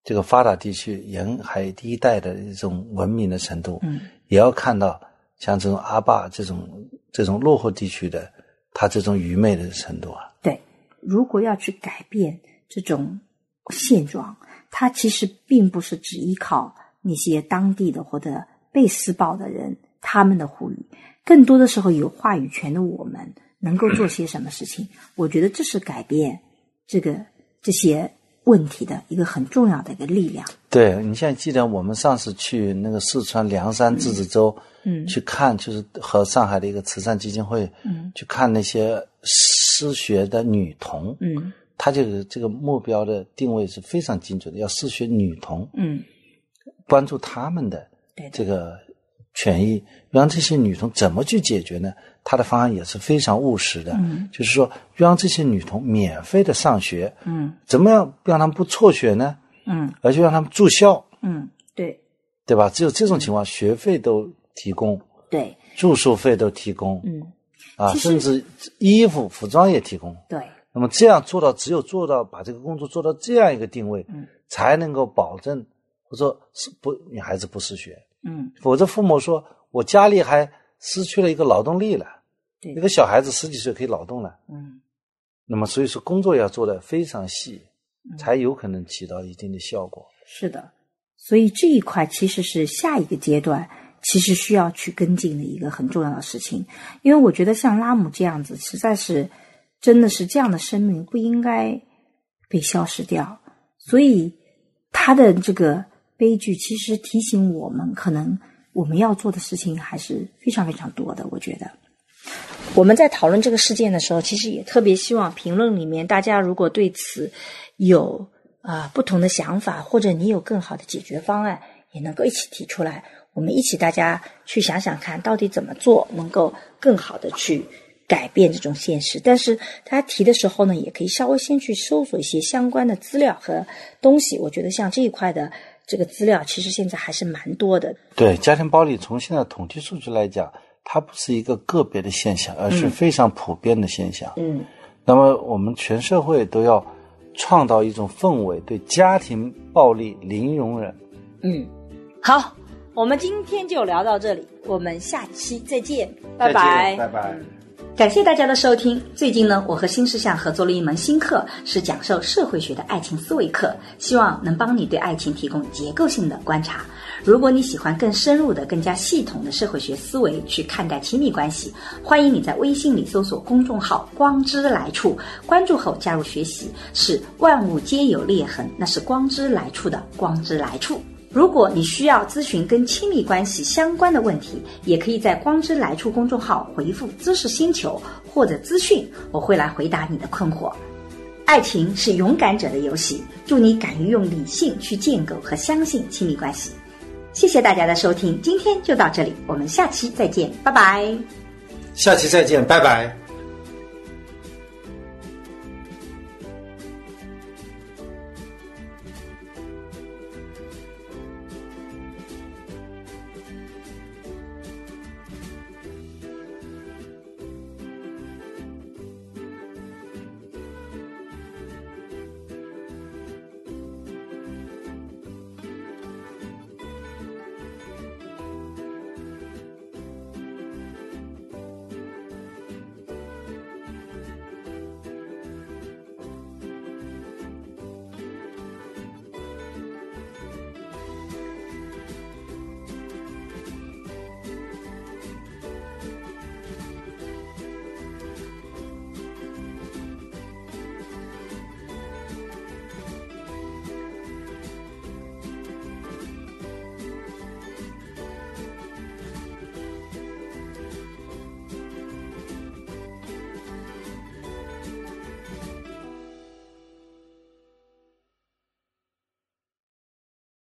D: 这个发达地区沿海第一带的一种文明的程度，
C: 嗯
D: 也要看到像这种阿坝这种这种落后地区的它这种愚昧的程度啊。
C: 对，如果要去改变这种现状，它其实并不是只依靠那些当地的或者被施暴的人他们的呼吁，更多的时候有话语权的我们能够做些什么事情？我觉得这是改变这个这些问题的一个很重要的一个力量。
D: 对你现在记得我们上次去那个四川凉山自治州，
C: 嗯
D: 去看就是和上海的一个慈善基金会，
C: 嗯
D: 去看那些失学的女童，
C: 嗯
D: 它这个这个目标的定位是非常精准的，要失学女童，
C: 嗯，
D: 关注她们的
C: 对的
D: 这个权益，让这些女童怎么去解决呢？她的方案也是非常务实的，
C: 嗯
D: 就是说让这些女童免费的上学，
C: 嗯
D: 怎么样让她们不辍学呢？
C: 嗯
D: 而且让她们住校，
C: 嗯，对
D: 对吧？只有这种情况，
C: 嗯
D: 学费都提供，
C: 对，
D: 住宿费都提供，
C: 嗯
D: 啊，
C: 其实
D: 甚至衣服、服装也提供。
C: 对，
D: 那么这样做到，只有做到把这个工作做到这样一个定位，
C: 嗯
D: 才能够保证或者说是不女孩子不失学，
C: 嗯
D: 否则父母说我家里还失去了一个劳动力了，
C: 对
D: 一个小孩子十几岁可以劳动了，
C: 嗯
D: 那么所以说工作要做的非常细，
C: 嗯
D: 才有可能起到一定的效果。
C: 是的，所以这一块其实是下一个阶段其实需要去跟进的一个很重要的事情，因为我觉得像拉姆这样子，实在是真的是这样的生命不应该被消失掉，所以他的这个悲剧其实提醒我们，可能我们要做的事情还是非常非常多的，我觉得。我们在讨论这个事件的时候，其实也特别希望评论里面大家如果对此有啊、不同的想法，或者你有更好的解决方案，也能够一起提出来，我们一起大家去想想看，到底怎么做能够更好的去改变这种现实。但是他提的时候呢，也可以稍微先去搜索一些相关的资料和东西。我觉得像这一块的这个资料，其实现在还是蛮多的。
D: 对家庭暴力，从现在统计数据来讲，它不是一个个别的现象，而是非常普遍的现象。
C: 嗯
D: 那么我们全社会都要创造一种氛围，对家庭暴力零容忍。
C: 嗯，好，我们今天就聊到这里，我们下期再见，拜
B: 再见拜拜。
A: 感谢大家的收听。最近呢，我和新事项合作了一门新课，是讲授社会学的爱情思维课，希望能帮你对爱情提供结构性的观察。如果你喜欢更深入的、更加系统的社会学思维去看待亲密关系，欢迎你在微信里搜索公众号“光之来处”，关注后加入学习。是万物皆有裂痕，那是光之来处的光之来处。
C: 如果你需要咨询跟亲密关系相关的问题，也可以在“光之来处”公众号回复“知识星球”或者“资讯”，我会来回答你的困惑。爱情是勇敢者的游戏，祝你敢于用理性去建构和相信亲密关系。谢谢大家的收听，今天就到这里，我们下期再见，拜拜。
D: 下期再见，拜拜。